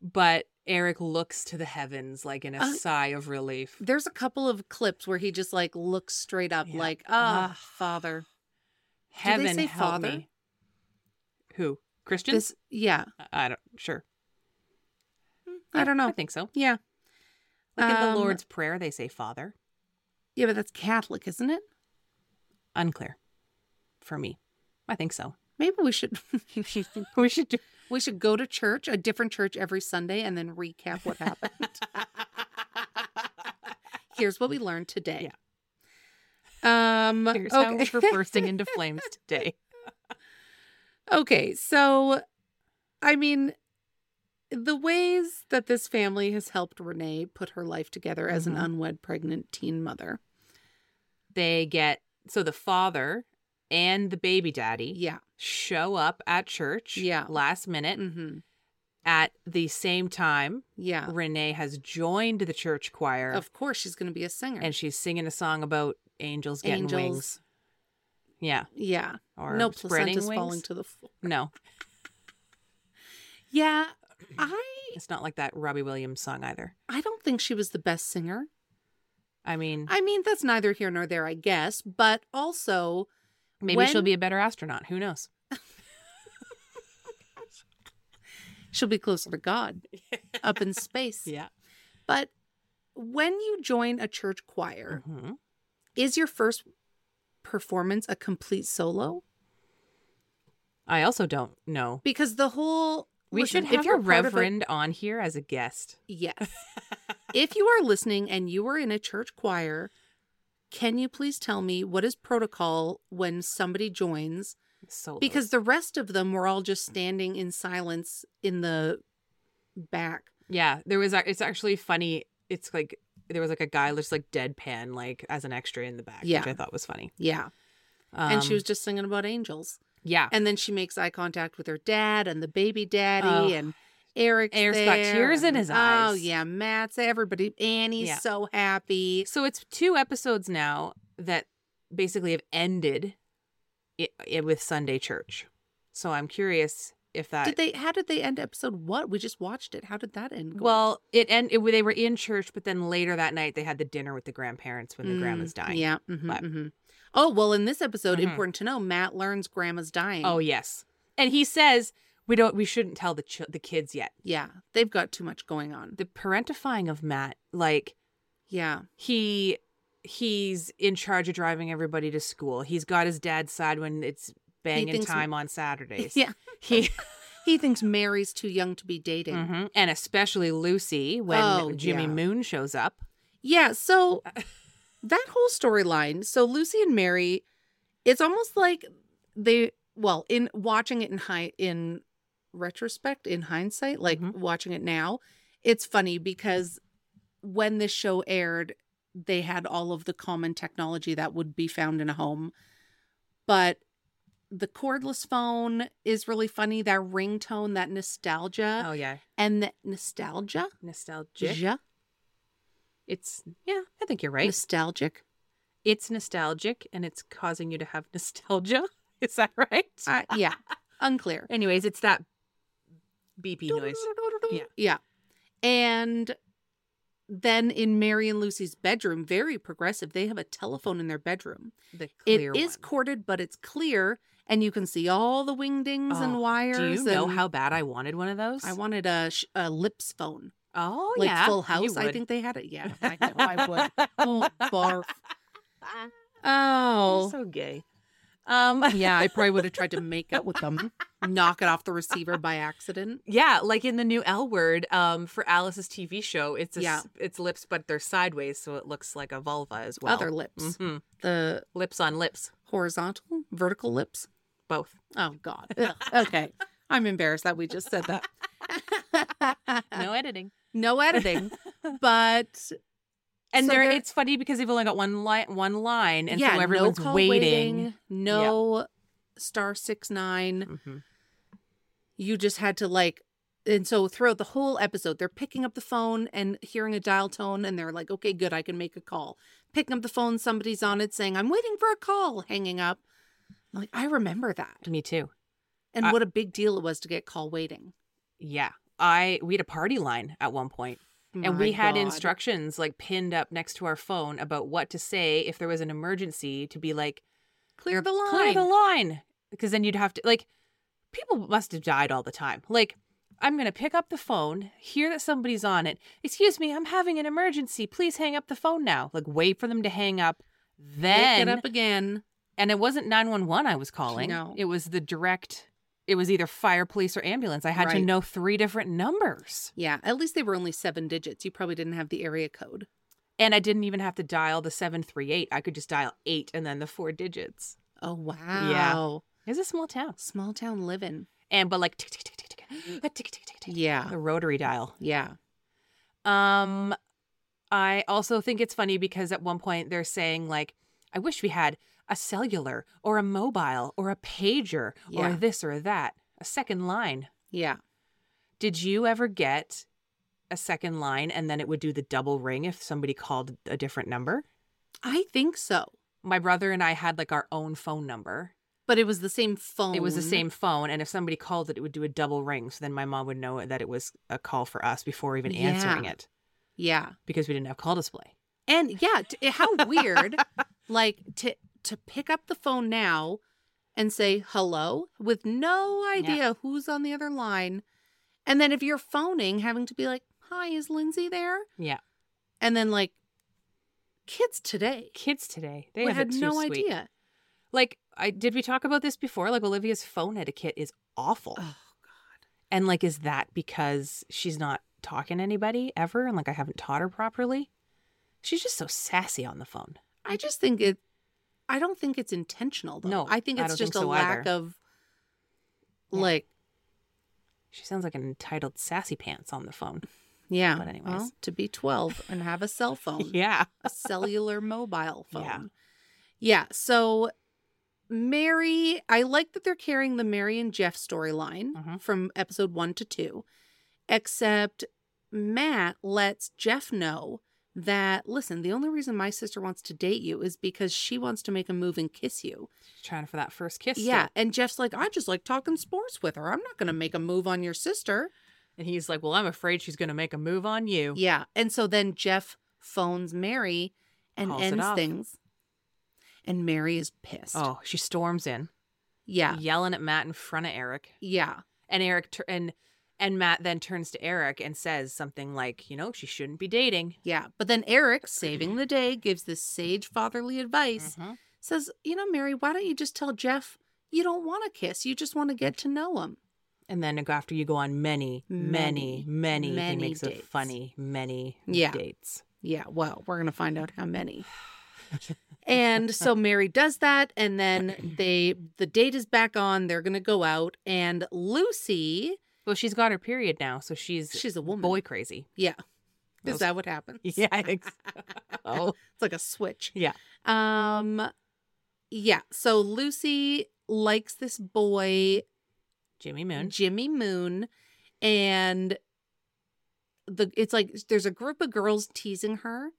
S4: but eric looks to the heavens like in a
S2: Uh,
S4: sigh of relief
S2: There's a couple of clips where he just like looks straight up,
S4: Yeah.
S2: like, "Ah,
S4: Ah.
S2: Father."
S4: heaven
S2: say
S4: help
S2: father?
S4: me who christians
S2: This, yeah,
S4: I- i don't sure Mm,
S2: I don't know.
S4: i think so
S2: Yeah.
S4: Like in
S2: Um,
S4: the Lord's Prayer, they say Father.
S2: Yeah, but that's Catholic, isn't it?
S4: Unclear for me. I think so.
S2: Maybe we should we should do, we should go to church, a different church every Sunday, and then recap what happened. Here's what we learned today. Yeah. Um.
S4: Here's how
S2: okay.
S4: we're bursting into flames today.
S2: Okay, so I mean, the ways that this family has helped Renee put her life together as an
S4: Mhm.
S2: unwed pregnant teen mother.
S4: They get so the father and the baby daddy
S2: Yeah.
S4: show up at church
S2: Yeah.
S4: last minute
S2: Mm-hmm.
S4: at the same time.
S2: Yeah.
S4: Renee has joined the church choir
S2: Of course, she's going to be a singer.
S4: and she's singing a song about angels getting
S2: Angels.
S4: wings. Yeah.
S2: yeah.
S4: Or
S2: no
S4: spreading
S2: placenta's
S4: wings.
S2: falling to the floor.
S4: no,
S2: Yeah. I
S4: it's not like that Robbie Williams song either.
S2: I don't think she was the best singer.
S4: I mean,
S2: I mean, that's neither here nor there, I guess. But also,
S4: maybe she'll
S2: when-
S4: be a better astronaut. Who knows?
S2: she'll be closer to God up in space.
S4: Yeah.
S2: But when you join a church choir,
S4: hmm
S2: is your first performance a complete solo?
S4: I also don't know.
S2: Because the whole
S4: We
S2: listen,
S4: should have
S2: if you're
S4: a
S2: part of a-
S4: reverend on here as a guest.
S2: yes. if you are listening and you are in a church choir, can you please tell me what is protocol when somebody joins?
S4: Solo.
S2: Because the rest of them were all just standing in silence in the back.
S4: yeah, there was. a- It's actually funny. It's like there was like a guy just like deadpan, like as an extra in the back,
S2: Yeah.
S4: which I thought was funny.
S2: Yeah. and
S4: Um,
S2: she was just singing about angels.
S4: yeah.
S2: And then she makes eye contact with her dad and the baby daddy
S4: Oh.
S2: and Eric's
S4: Eric's got
S2: there,
S4: tears in
S2: and-
S4: his eyes.
S2: Oh yeah, Matt's everybody. Annie's
S4: Yeah.
S2: so happy.
S4: So it's two episodes now that basically have ended i i with Sunday church. So I'm curious if that
S2: Did they? How did they end episode? What we just watched it. How did that end? Gwen?
S4: well, it end it, they were in church, but then later that night they had the dinner with the grandparents when the grandma's
S2: Mm,
S4: dying.
S2: Yeah. mhm,
S4: but-
S2: mhm. Oh well, in this episode,
S4: Mhm.
S2: important to know, Matt learns grandma's dying.
S4: Oh yes, and he says we don't we shouldn't tell the ch- the kids yet.
S2: yeah, they've got too much going on.
S4: The parentifying of Matt, like
S2: Yeah,
S4: he he's in charge of driving everybody to school. He's got his dad's side when it's banging
S2: thinks-
S4: time on Saturdays.
S2: yeah.
S4: He
S2: He thinks Mary's too young to be dating.
S4: Mhm. And especially Lucy when
S2: Oh,
S4: Jimmy
S2: yeah.
S4: Moon shows up.
S2: Yeah, so that whole storyline, so Lucy and Mary, it's almost like they well, in watching it in high in retrospect, in hindsight, like
S4: Mhm.
S2: watching it now, it's funny because when this show aired, they had all of the common technology that would be found in a home. But the cordless phone is really funny. That ringtone, that nostalgia,
S4: Oh yeah,
S2: and that nostalgia,
S4: nostalgic.
S2: Ja?
S4: It's yeah, I think you're right.
S2: nostalgic.
S4: it's nostalgic, and it's causing you to have nostalgia. Is that right?
S2: Uh, yeah, unclear.
S4: Anyways, it's that beepy noise. Yeah.
S2: Yeah. And then in Mary and Lucy's bedroom, very progressive, they have a telephone in their bedroom.
S4: The
S2: It
S4: clear
S2: is
S4: one.
S2: corded, but it's clear, and you can see all the wingdings and
S4: Oh,
S2: wires.
S4: Do you know
S2: and-
S4: how bad I wanted one of those?
S2: I wanted a, sh- a lips phone,
S4: oh
S2: like
S4: yeah,
S2: Full
S4: you
S2: House. I
S4: would.
S2: think they had it. Yeah, I know I would. Oh, barf.
S4: You're
S2: Oh,
S4: so gay. Um,
S2: yeah. I probably would have tried to make out with them, knock it off the receiver by accident.
S4: Yeah, like in the new L word um, for Alice's TV show, it's a,
S2: Yeah.
S4: s- it's lips, but they're sideways, so it looks like a vulva as well.
S2: Other lips,
S4: Mhm.
S2: the
S4: lips on lips,
S2: horizontal, vertical lips.
S4: both.
S2: Oh God. Ugh. Okay. I'm embarrassed that we just said that. Uh,
S4: No editing.
S2: No editing, but
S4: And
S2: So
S4: there,
S2: there-
S4: it's funny because they've only got one line, one line, and
S2: yeah,
S4: so everyone's
S2: no call
S4: waiting.
S2: No star six nine.
S4: Mhm.
S2: You just had to like, and so throughout the whole episode, they're picking up the phone and hearing a dial tone, and they're like, "Okay, good, I can make a call." Picking up the phone, somebody's on it saying, "I'm waiting for a call," hanging up. I'm like, I remember that,
S4: Me too.
S2: and
S4: I-
S2: what a big deal it was to get call waiting.
S4: Yeah, I we had a party line at one point, and we
S2: Oh My
S4: had
S2: God.
S4: instructions like pinned up next to our phone about what to say if there was an emergency. To be like,
S2: Clear the line.
S4: clear the line because then you'd have to like people must have died all the time like I'm going to pick up the phone, hear that somebody's on it. Excuse me, I'm having an emergency. Please hang up the phone now. Like, wait for them to hang up.
S2: Pick
S4: Then,
S2: it up again.
S4: and it wasn't 911 I was calling.
S2: No.
S4: It was the direct, it was either fire, police, or ambulance. I had to
S2: Right.
S4: know three different numbers.
S2: Yeah, at least they were only seven digits. You probably didn't have the area code.
S4: And I didn't even have to dial the 738. I could just dial eight and then the four digits.
S2: Oh wow.
S4: It's a small town.
S2: Small town living.
S4: And, but like, tick, tick, tick, tick, tick, tick, tick, tick, tick, tick,
S2: Yeah.
S4: the rotary dial.
S2: Yeah.
S4: Um, I also think it's funny because at one point they're saying like, "I wish we had a cellular or a mobile or a pager
S2: Yeah.
S4: or this or that." A second line.
S2: Yeah.
S4: Did you ever get a second line and then it would do the double ring if somebody called a different number?
S2: I think so.
S4: My brother and I had like our own phone number.
S2: But it was the same phone.
S4: It was the same phone, and if somebody called it, it would do a double ring. So then my mom would know that it was a call for us before even answering
S2: Yeah.
S4: it
S2: Yeah.
S4: because we didn't have call display.
S2: And yeah, t- it- how weird like to to pick up the phone now and say hello with no idea who's on the other line. And then if you're phoning having to be like, "Hi, is Lindsay there?"
S4: Yeah.
S2: And then like kids today
S4: Kids today, they
S2: we
S4: have it
S2: had
S4: too
S2: no
S4: sweet.
S2: idea.
S4: like I did we talk about this before? Like Olivia's phone etiquette is awful.
S2: Oh,
S4: And like is that because she's not talking to anybody ever and like I haven't taught her properly? She's just so sassy on the phone.
S2: I just think it. I don't think it's intentional though.
S4: No,
S2: I think
S4: I
S2: it's
S4: don't
S2: just
S4: think
S2: a
S4: so
S2: lack
S4: either.
S2: of
S4: Yeah.
S2: like
S4: She sounds like an entitled sassy pants on the phone.
S2: yeah.
S4: But anyways.
S2: well, to be twelve and have a cell phone,
S4: Yeah.
S2: a cellular mobile phone.
S4: Yeah.
S2: Yeah. So Mary, I like that they're carrying the Mary and Jeff storyline
S4: Mhm.
S2: from episode one to two, except Matt lets Jeff know that listen, the only reason my sister wants to date you is because she wants to make a move and kiss you.
S4: She's trying for that first kiss.
S2: Yeah.
S4: still.
S2: And Jeff's like, I just like talking sports with her. I'm not going to make a move on your sister.
S4: And he's like, Well, I'm afraid she's gonna make a move on you.
S2: Yeah. And so then Jeff phones Mary and
S4: Calls it
S2: ends
S4: off.
S2: things. And Mary is pissed.
S4: Oh, she storms in,
S2: Yeah.
S4: yelling at Matt in front of Eric.
S2: Yeah.
S4: And Eric tur- and and Matt then turns to Eric and says something like, you know, she shouldn't be dating.
S2: Yeah. But then Eric, saving the day, gives this sage fatherly advice
S4: Mhm.
S2: says, You know, Mary, why don't you just tell Jeff you don't want to kiss? You just want to get to know him.
S4: And then after you go on many, many,
S2: Many,
S4: many, he
S2: many
S4: makes a
S2: dates.
S4: funny many
S2: Yeah.
S4: dates.
S2: Yeah, well, we're going to find out how many. and so Mary does that and then they the date is back on, they're going to go out and Lucy,
S4: Well, she's got her period now, so she's,
S2: she's a woman.
S4: boy crazy.
S2: Yeah.
S4: Those- oh,
S2: Is that what happens?
S4: I think so.
S2: It's like a switch.
S4: Yeah.
S2: Um yeah, so Lucy likes this boy
S4: Jimmy Moon.
S2: Jimmy Moon and the it's like there's a group of girls teasing her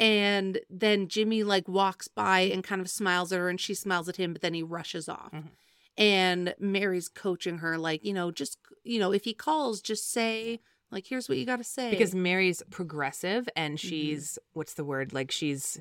S2: and then Jimmy like walks by and kind of smiles at her and she smiles at him but then he rushes off.
S4: Mhm.
S2: And Mary's coaching her like, you know, just you know, if he calls just say like here's what you got to say.
S4: Because Mary's progressive and
S2: Mm-hmm.
S4: she's, what's the word? Like she's,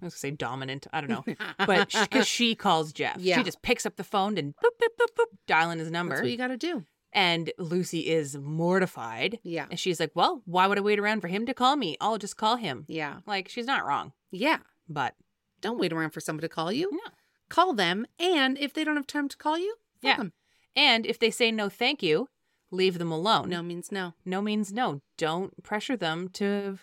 S4: I was going to say dominant. I don't know. But because she, calls Jeff,
S2: Yeah.
S4: she just picks up the phone and boop, boop, boop, boop, dialing his
S2: that's
S4: number.
S2: what you got to do.
S4: and Lucy is mortified.
S2: Yeah.
S4: And she's like, well, why would I wait around for him to call me? I'll just call him.
S2: Yeah.
S4: Like, she's not wrong,
S2: Yeah.
S4: but
S2: Don't wait around for someone to call you.
S4: No.
S2: Call them and if they don't have time to call you, fuck
S4: Yeah.
S2: 'em.
S4: And if they say no, thank you, leave them alone.
S2: No means no.
S4: no means no. Don't pressure them to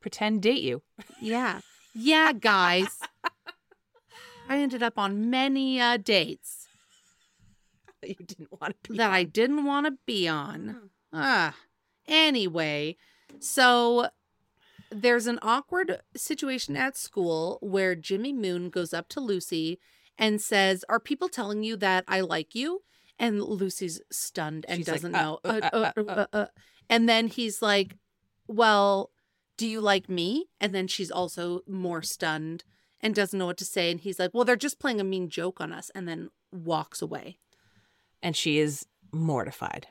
S4: pretend date you.
S2: Yeah. Yeah, guys. I ended up on many uh, dates
S4: That you didn't want to be.
S2: that I didn't want to be on. Ah. Anyway, so there's an awkward situation at school where Jimmy Moon goes up to Lucy and says, "Are people telling you that I like you?" And Lucy's stunned and
S4: She's like,
S2: doesn't
S4: uh,
S2: know.
S4: uh,
S2: Uh,
S4: uh,
S2: uh,
S4: uh,
S2: uh, uh. And then he's like, "Well, do you like me?" And then she's also more stunned and doesn't know what to say. And he's like, "Well, they're just playing a mean joke on us," and then walks away.
S4: And she is mortified.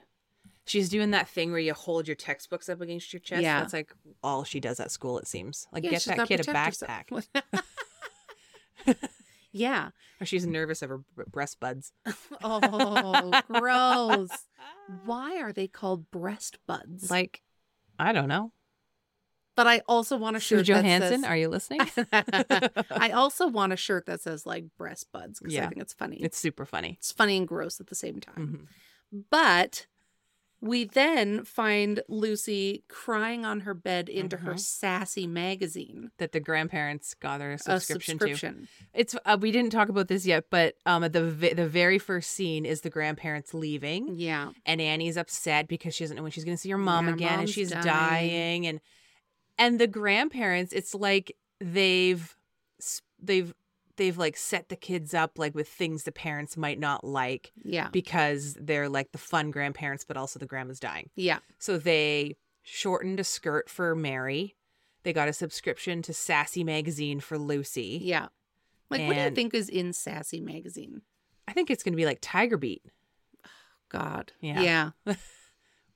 S4: She's doing that thing where you hold your textbooks up against your chest.
S2: Yeah.
S4: That's like all she does at school, it seems. Like,
S2: Yeah,
S4: get
S2: she's
S4: that
S2: gotta
S4: kid a backpack.
S2: protect herself. yeah.
S4: Or she's nervous of her b- breast buds.
S2: Oh, gross. Why are they called breast buds?
S4: Like, I don't know.
S2: but I also want a
S4: Sue
S2: shirt. that
S4: Johansson,
S2: says-
S4: are you listening?
S2: I also want a shirt that says like breast buds because I
S4: Yeah.
S2: think it's funny.
S4: it's super funny.
S2: it's funny and gross at the same time.
S4: Mhm.
S2: But we then find Lucy crying on her bed into her
S4: Mhm.
S2: sassy magazine.
S4: That the grandparents got their subscription,
S2: a
S4: to.
S2: subscription.
S4: It's uh, we didn't talk about this yet, but um, at the vi- the very first scene is the grandparents leaving,
S2: Yeah.
S4: and Annie's upset because she doesn't know when she's going to see her mom
S2: Yeah,
S4: again, and
S2: mom's
S4: she's
S2: dying.
S4: dying. and and the grandparents, it's like they've s- they've they've like set the kids up like with things the parents might not like
S2: Yeah.
S4: because they're like the fun grandparents, but also the grandma's dying.
S2: Yeah.
S4: So they shortened a skirt for Mary. They got a subscription to Sassy magazine for Lucy.
S2: Yeah. Like, what do you
S4: And-
S2: think is in Sassy magazine?
S4: I think it's going to be like Tiger Beat
S2: God.
S4: Yeah.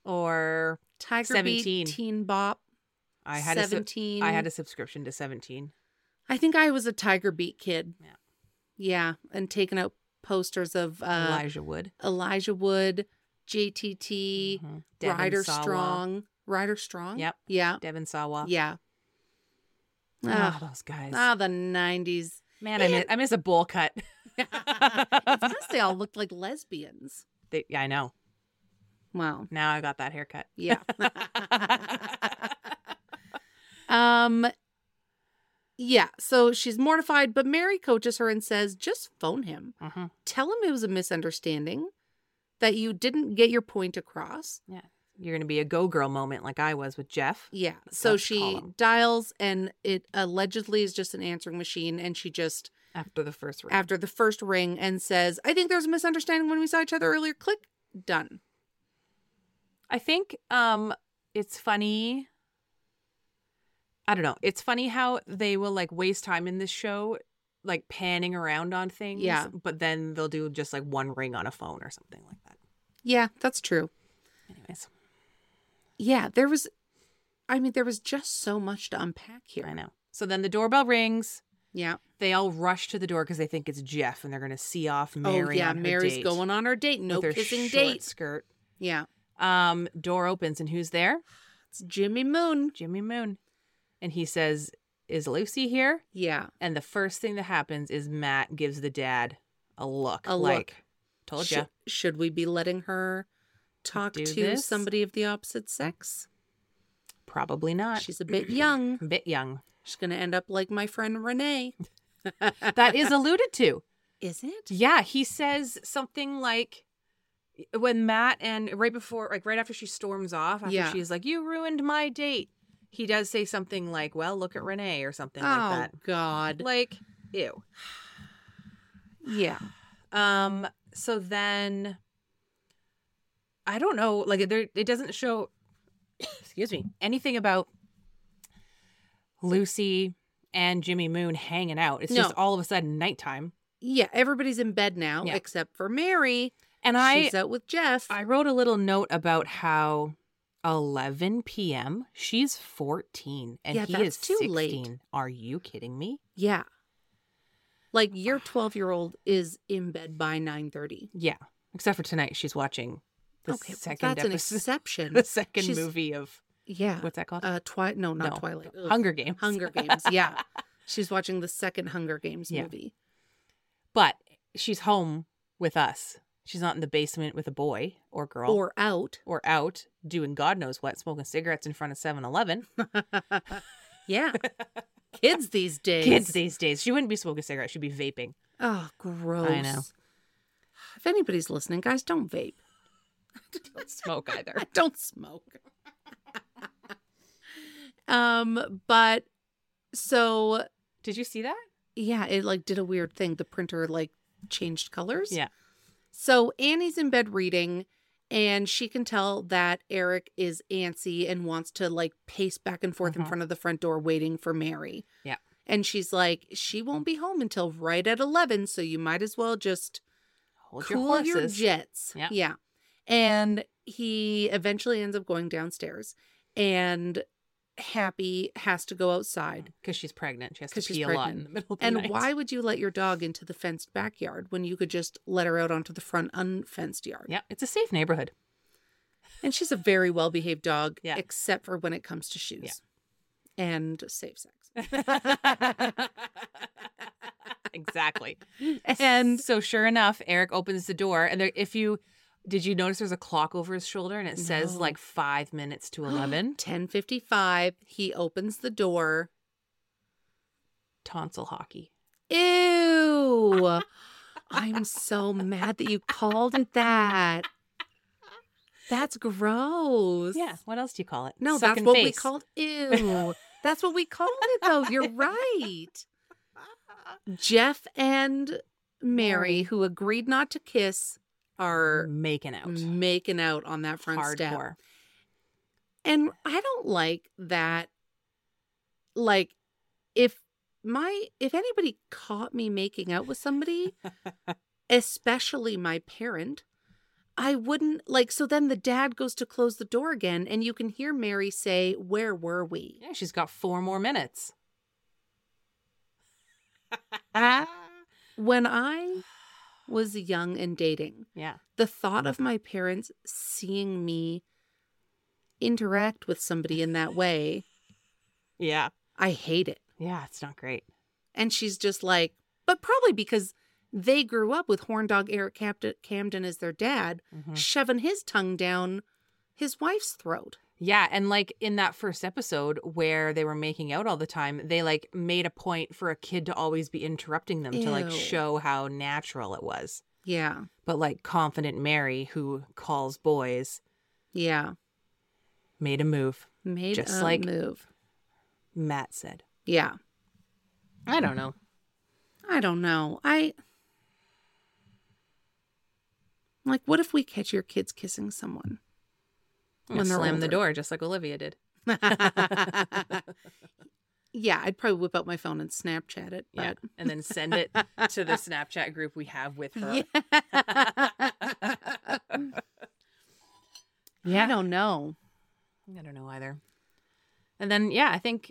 S4: or
S2: Tiger
S4: 17.
S2: Beat, Teen Bop,
S4: I had a sub-
S2: 17.
S4: I had a subscription to 17.
S2: I think I was a Tiger Beat kid.
S4: Yeah.
S2: Yeah. And taking out posters of uh,
S4: Elijah Wood,
S2: Elijah Wood, JTT,
S4: Mhm.
S2: Ryder
S4: Sawa.
S2: Strong. Ryder Strong?
S4: Yep.
S2: Yeah.
S4: Devin Sawa.
S2: Yeah.
S4: Ah,
S2: Ah,
S4: those guys.
S2: ah, the 90s.
S4: Man, I miss, I miss a bowl cut.
S2: it's because they all looked like lesbians.
S4: They- yeah, I know.
S2: Wow.
S4: Now I got that haircut. Mm-hmm.
S2: Yeah. um yeah, so she's mortified, but Mary coaches her and says, "Just phone him.
S4: Mhm.
S2: Tell him it was a misunderstanding, that you didn't get your point across."
S4: You're going to be a go girl moment like I was with Jeff.
S2: Yeah.
S4: Let's
S2: So
S4: let's
S2: she
S4: call him.
S2: dials and it allegedly is just an answering machine and she just
S4: after the first round.
S2: after the first ring and says, "I think there's a misunderstanding when we saw each other earlier." Click. Done.
S4: I think um it's funny. I don't know. It's funny how they will like waste time in this show like panning around on things,
S2: Yeah.
S4: but then they'll do just like one ring on a phone or something like that.
S2: Yeah, that's true.
S4: Anyways,
S2: Yeah, there was I mean, there was just so much to unpack
S4: I
S2: here.
S4: know. So then the doorbell rings.
S2: Yeah.
S4: They all rush to the door because they think it's Jeff and they're going to see off Mary.
S2: oh yeah,
S4: on her
S2: Mary's
S4: date
S2: going on her date.
S4: with
S2: No
S4: her
S2: kissing
S4: short
S2: date.
S4: skirt.
S2: Yeah.
S4: Um door opens and who's there?
S2: It's Jimmy Moon.
S4: Jimmy Moon. And he says, "Is Lucy here?"
S2: Yeah.
S4: And the first thing that happens is Matt gives the dad a look.
S2: A look.
S4: like, told
S2: Sh-
S4: you.
S2: should we be letting her talk
S4: Do
S2: to
S4: this?
S2: somebody of the opposite sex?
S4: Probably not.
S2: She's a bit young.
S4: a bit young.
S2: She's going to end up like my friend Renee.
S4: That is alluded to.
S2: Is it?
S4: Yeah, he says something like when Matt and right before, like right after she storms off, after
S2: Yeah.
S4: she's like, "You ruined my date." He does say something like, "Well, look at Renee" or something
S2: oh
S4: like
S2: god.
S4: that. Like, ew.
S2: yeah.
S4: Um. So then, I don't know. Like there, it doesn't show. excuse me. Anything about Lucy and Jimmy Moon hanging out? It's just
S2: No.
S4: all of a sudden nighttime.
S2: Yeah, everybody's in bed now
S4: Yeah.
S2: except for Mary.
S4: And I,
S2: She's out with Jeff.
S4: I wrote a little note about how 11 p.m. She's 14 and
S2: Yeah,
S4: he
S2: that's
S4: is
S2: too
S4: 16.
S2: late.
S4: Are you kidding me?
S2: yeah. Like your 12-year-old is in bed by 9:30.
S4: Yeah. Except for tonight, she's watching the
S2: okay, well,
S4: second
S2: that's an
S4: episode-
S2: exception.
S4: the second
S2: She's-
S4: movie of
S2: yeah.
S4: what's that called?
S2: Uh Twi no, not
S4: No,
S2: Twilight. Ugh.
S4: Hunger Games.
S2: Hunger Games. Yeah. She's watching the second Hunger Games
S4: Yeah.
S2: movie.
S4: But she's home with us. She's not in the basement with a boy or girl
S2: Or out.
S4: or out doing God knows what, smoking cigarettes in front of 7 Eleven.
S2: yeah. Kids these days.
S4: Kids these days, she wouldn't be smoking cigarettes. She'd be vaping.
S2: Oh, gross.
S4: I know.
S2: If anybody's listening, guys, don't vape.
S4: Don't smoke either.
S2: I don't smoke. um, but so
S4: Did you see that?
S2: yeah, it like did a weird thing. The printer like changed colors.
S4: Yeah.
S2: So Annie's in bed reading, and she can tell that Eric is antsy and wants to like pace back and forth in
S4: Mhm.
S2: front of the front door waiting for Mary.
S4: Yeah.
S2: And she's like, she won't be home until right at 11, so you might as well just
S4: Hold
S2: cool your,
S4: horses.
S2: jets.
S4: Yeah.
S2: Yeah. And he eventually ends up going downstairs, and Happy has to go outside.
S4: because she's pregnant. She has to
S2: 'Cause she's
S4: pee a lot
S2: pregnant.
S4: in the middle of the
S2: And
S4: night.
S2: why would you let your dog into the fenced backyard when you could just let her out onto the front unfenced yard?
S4: Yeah, it's a safe neighborhood.
S2: And she's a very well behaved dog,
S4: Yeah.
S2: except for when it comes to shoes and safe sex.
S4: exactly. And so, sure enough, Eric opens the door, and there, if you did, you notice there's a clock over his shoulder, and it says
S2: No.
S4: like five minutes to eleven.
S2: 1055, he opens the door.
S4: Tonsil hockey.
S2: Ew. I'm so mad that you called it that. That's gross.
S4: Yeah. What else do you call it?
S2: No,
S4: Suck
S2: that's
S4: and
S2: what we
S4: face.
S2: called ew. that's what we called it though. You're right. Jeff and Mary, who agreed not to kiss, are
S4: making Mm, out.
S2: making out on that Mm, front step.
S4: Hardcore.
S2: And I don't like that. Like, if my if anybody caught me making out with somebody, especially my parent, I wouldn't like. So then the dad goes to close the door again, and you can hear Mary say, "Where were we?"
S4: Yeah, she's got four more minutes.
S2: Ah. When I was young and dating,
S4: yeah.
S2: the thought of my parents seeing me interact with somebody in that way,
S4: Yeah.
S2: I hate it.
S4: Yeah. It's not great.
S2: And she's just like, but probably because they grew up with horn dog Eric Capt- Camden as their dad,
S4: Mhm.
S2: shoving his tongue down his wife's throat.
S4: Yeah, and like in that first episode where they were making out all the time, they like made a point for a kid to always be interrupting them to like
S2: Ew.
S4: show how natural it was.
S2: Yeah.
S4: But like confident Mary, who calls boys,
S2: Yeah.
S4: made a move.
S2: Made
S4: Just
S2: a
S4: like-
S2: move.
S4: Matt said,
S2: Yeah.
S4: "I don't know."
S2: I don't know. I like what if we catch your kids kissing someone?
S4: When
S2: they're
S4: slam the
S2: older.
S4: door, just like Olivia did.
S2: yeah, I'd probably whip out my phone and Snapchat it.
S4: Yeah,
S2: But
S4: and then send it to the Snapchat group we have with her.
S2: I don't know.
S4: I don't know either. And then yeah, I think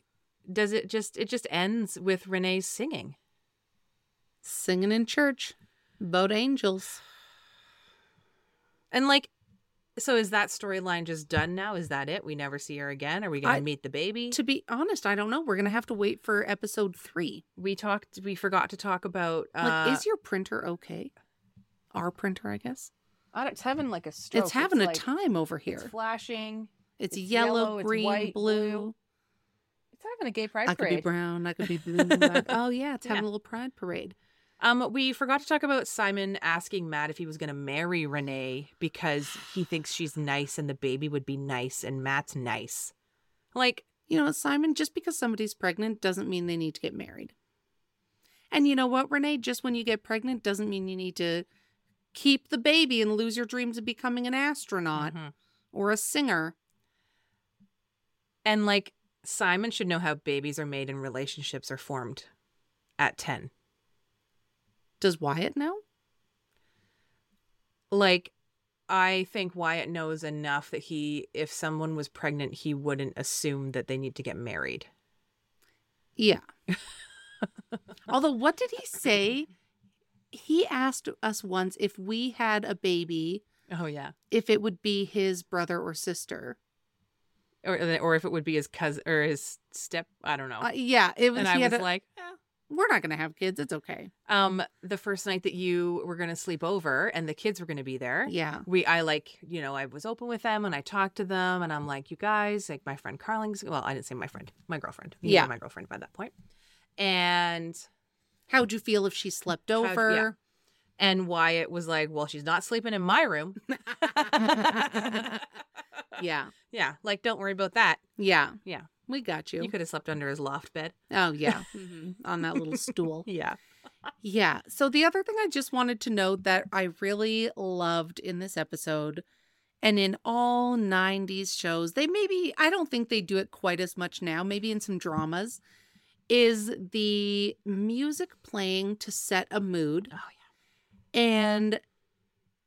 S4: does it just it just ends with Renee singing.
S2: Singing in church about angels.
S4: And like so is that storyline just done now? Is that it? We never see her again? Are we gonna
S2: I-
S4: meet the baby?
S2: To be honest, I don't know. We're gonna have to wait for episode three.
S4: we talked we forgot to talk about
S2: Like,
S4: uh
S2: is your printer okay? Our printer, I guess.
S3: I don't- It's having like a stroke.
S2: It's having a
S3: like-
S2: time over here.
S3: It's flashing.
S2: It's,
S3: It's
S2: yellow,
S3: yellow, it's
S2: green,
S3: white,
S2: blue.
S3: blue. It's having a gay pride
S2: I could be
S3: parade.
S2: brown. I could be blue. I- oh yeah, it's having
S4: Yeah.
S2: a little pride parade.
S4: um we forgot to talk about Simon asking Matt if he was gonna marry Renee because he thinks she's nice and the baby would be nice and Matt's nice. Like
S2: You know, Simon, just because somebody's pregnant doesn't mean they need to get married. And you know what, Renee? Just when you get pregnant doesn't mean you need to keep the baby and lose your dreams of becoming an astronaut
S4: mhm.
S2: or a singer.
S4: and like Simon should know how babies are made and relationships are formed at ten.
S2: Does Wyatt know?
S4: like I think Wyatt knows enough that he if someone was pregnant, he wouldn't assume that they need to get married.
S2: Yeah. Although, what did he say? He asked us once if we had a baby,
S4: Oh yeah.
S2: if it would be his brother or sister.
S4: Or or if it would be his cousin or his step, I don't know.
S2: Uh, yeah, it was.
S4: Oh. and
S2: he
S4: I
S2: had
S4: was
S2: a-
S4: like, eh.
S2: we're not going to have kids. It's okay.
S4: um, the first night that you were gonna sleep over and the kids were gonna be there.
S2: Yeah.
S4: We, I like, you know, I was open with them and I talked to them and I'm like, you guys, like my friend Carling's, well, I didn't say my friend, my girlfriend. You were
S2: Yeah.
S4: My girlfriend by that point. And
S2: How'd you feel if she slept
S4: yeah.
S2: over?
S4: And Wyatt was like, Well, she's not sleeping in my room.
S2: yeah.
S4: yeah, like, don't worry about that.
S2: Yeah.
S4: Yeah.
S2: We got you.
S4: You could have slept under his loft bed.
S2: oh, yeah. Mhm. On that little stool.
S4: Yeah.
S2: Yeah. So, the other thing I just wanted to note that I really loved in this episode and in all 90s shows, they maybe, I don't think they do it quite as much now, maybe in some dramas, is the music playing to set a mood.
S4: Oh,
S2: and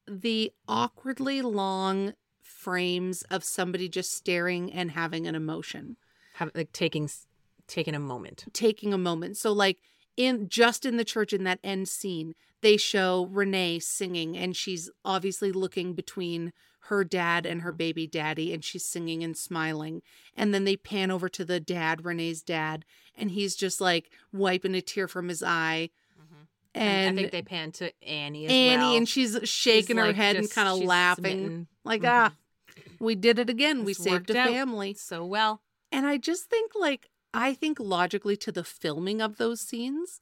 S2: the awkwardly long frames of somebody just staring and having an emotion
S4: Have, like, taking s- taking a moment.
S2: taking a moment so like in just in the church in that end scene they show Renee singing, and she's obviously looking between her dad and her baby daddy, and she's singing and smiling. And then they pan over to the dad, Renee's dad, and he's just like wiping a tear from his eye.
S6: And,
S2: Mm-hmm. And,
S6: I think they pan to Annie as
S2: Annie,
S6: well.
S2: and she's shaking her
S6: like,
S2: head and
S6: just-
S2: kind of
S6: she's
S2: laughing,
S6: smitten.
S2: like,
S6: Mhm.
S4: Mm-hmm.
S2: ah, we did it again. we
S6: This
S2: saved
S6: worked
S2: a
S6: out.
S2: family.
S6: so well.
S2: And I just think, like, I think logically to the filming of those scenes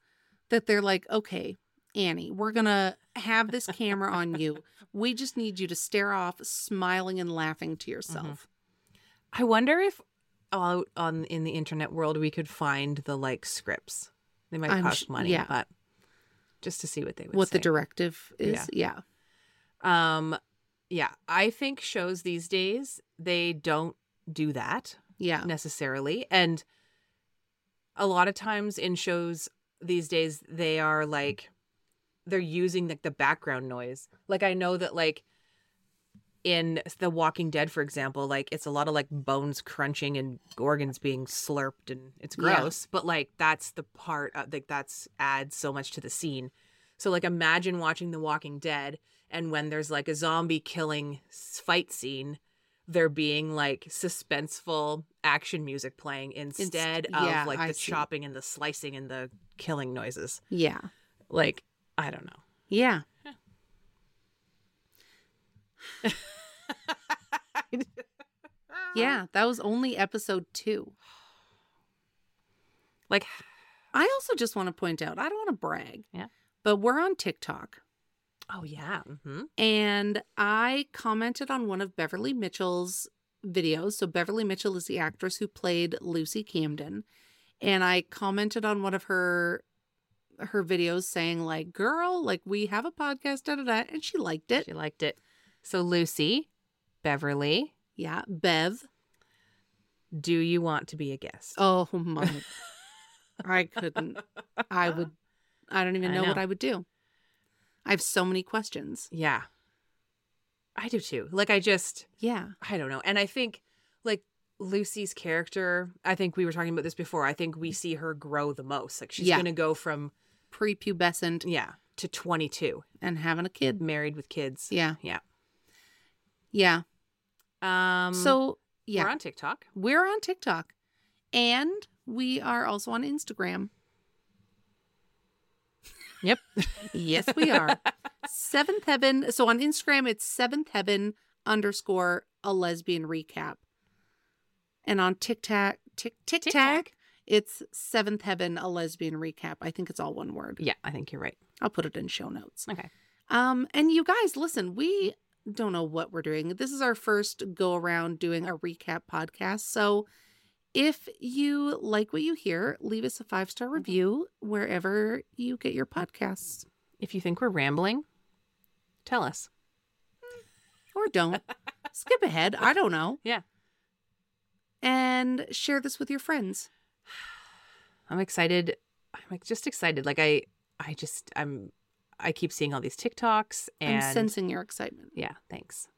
S2: that they're like, okay, Annie, we're going to have this camera on you. We just need you to stare off, smiling and laughing to yourself.
S4: I wonder if out on in the internet world we could find the like scripts. They might
S2: I'm
S4: cost
S2: sh-
S4: money,
S2: yeah.
S4: but just to see what they would
S2: What the
S4: say.
S2: directive is. Yeah.
S4: um yeah, I think shows these days they don't do that
S2: Yeah.
S4: necessarily and a lot of times in shows these days they are like they're using like the background noise. Like I know that like in The Walking Dead, for example, like it's a lot of like bones crunching and organs being slurped, and it's
S2: Yeah.
S4: gross. But like that's the part of, like that's adds so much to the scene. So like imagine watching The Walking Dead, and when there's like a zombie killing s- fight scene, there being like suspenseful action music playing instead of
S2: yeah,
S4: like
S2: I
S4: the
S2: see.
S4: chopping and the slicing and the killing noises.
S2: Yeah.
S4: Like I don't know.
S2: Yeah. Yeah. That was only episode two.
S4: Like
S2: I also just want to point out, I don't want to brag,
S6: Yeah.
S2: but we're on TikTok.
S4: oh yeah, hmm
S2: and I commented on one of Beverly Mitchell's videos. So Beverly Mitchell is the actress who played Lucy Camden, and I commented on one of her her videos saying like, "Girl, like we have a podcast, da da da," and she liked it.
S6: She liked it. So Lucy, Beverly,
S2: yeah, Bev.
S4: do you want to be a guest?
S2: Oh my, I couldn't. I would. I don't even
S4: I
S2: know, what
S4: know.
S2: I would do. I have so many questions.
S4: Yeah. I do too. Like I just
S2: Yeah,
S4: I don't know. And I think like Lucy's character, I think we were talking about this before. I think we see her grow the most. Like she's
S2: Yeah.
S4: going to go from
S2: prepubescent
S4: yeah, to 22,
S2: and having a kid.
S4: married with kids.
S2: Yeah,
S4: Yeah.
S2: yeah.
S4: Um
S2: so yeah,
S4: we're on TikTok.
S2: We're on TikTok and we are also on Instagram.
S6: Yep.
S2: yes, we are. Seventh Heaven. So on Instagram, it's Seventh Heaven underscore a lesbian recap. And on TikTok, Tik TikTok, it's Seventh Heaven a lesbian recap. I think it's all one word.
S4: Yeah, I think you're right.
S2: I'll put it in show notes.
S6: Okay.
S2: Um, and you guys, listen, we don't know what we're doing. This is our first go around doing a recap podcast. So if you like what you hear, leave us a five
S4: Mm-hmm.
S2: star review wherever you get your podcasts
S4: If you think we're rambling, tell us.
S2: or don't. Skip ahead. I don't know.
S6: Yeah.
S2: And share this with your friends.
S4: I'm excited. I'm like just excited. Like I I just I'm I keep seeing all these TikToks and
S2: I'm sensing your excitement.
S4: yeah, thanks.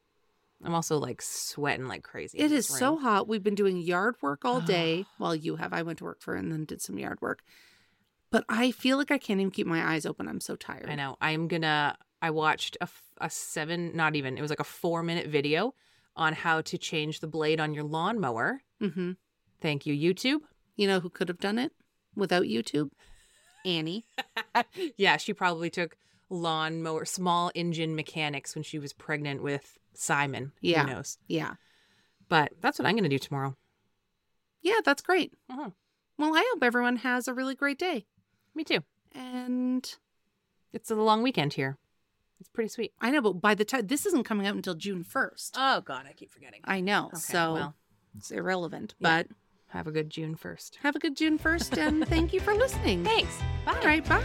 S4: I'm also like sweating like crazy. in
S2: It is
S4: this
S2: so
S4: room.
S2: hot. We've been doing yard work all day. well, you have. I went to work for and then did some yard work. But I feel like I can't even keep my eyes open. I'm so tired.
S4: I know. I'm gonna. I watched a, f- a seven, not even. It was like a four minute video on how to change the blade on your lawnmower.
S2: Mm-hmm.
S4: Thank you, YouTube.
S2: You know who could have done it without YouTube? Annie.
S4: yeah, she probably took lawnmower small engine mechanics when she was pregnant with Simon.
S2: Yeah.
S4: who knows.
S2: Yeah.
S4: But that's what I'm gonna do tomorrow.
S2: Yeah, that's great.
S4: Mhm.
S2: Well, I hope everyone has a really great day.
S4: Me too.
S2: And
S4: It's a long weekend here. It's pretty sweet.
S2: I know, but by the time this isn't coming out until June 1st.
S4: Oh God, I keep forgetting.
S2: I know.
S4: Okay,
S2: so
S4: well.
S2: it's irrelevant.
S4: Yeah.
S2: But
S4: Have a good June first.
S2: have a good June 1st and thank you for listening.
S4: Thanks. Bye.
S2: All right. Bye.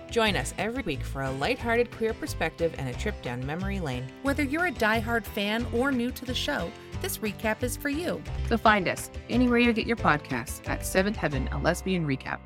S4: Join us every week for a lighthearted queer perspective and a trip down memory lane.
S2: Whether you're a diehard fan or new to the show, this recap is for you.
S7: So find us anywhere you get your podcasts at Seventh Heaven, a lesbian recap.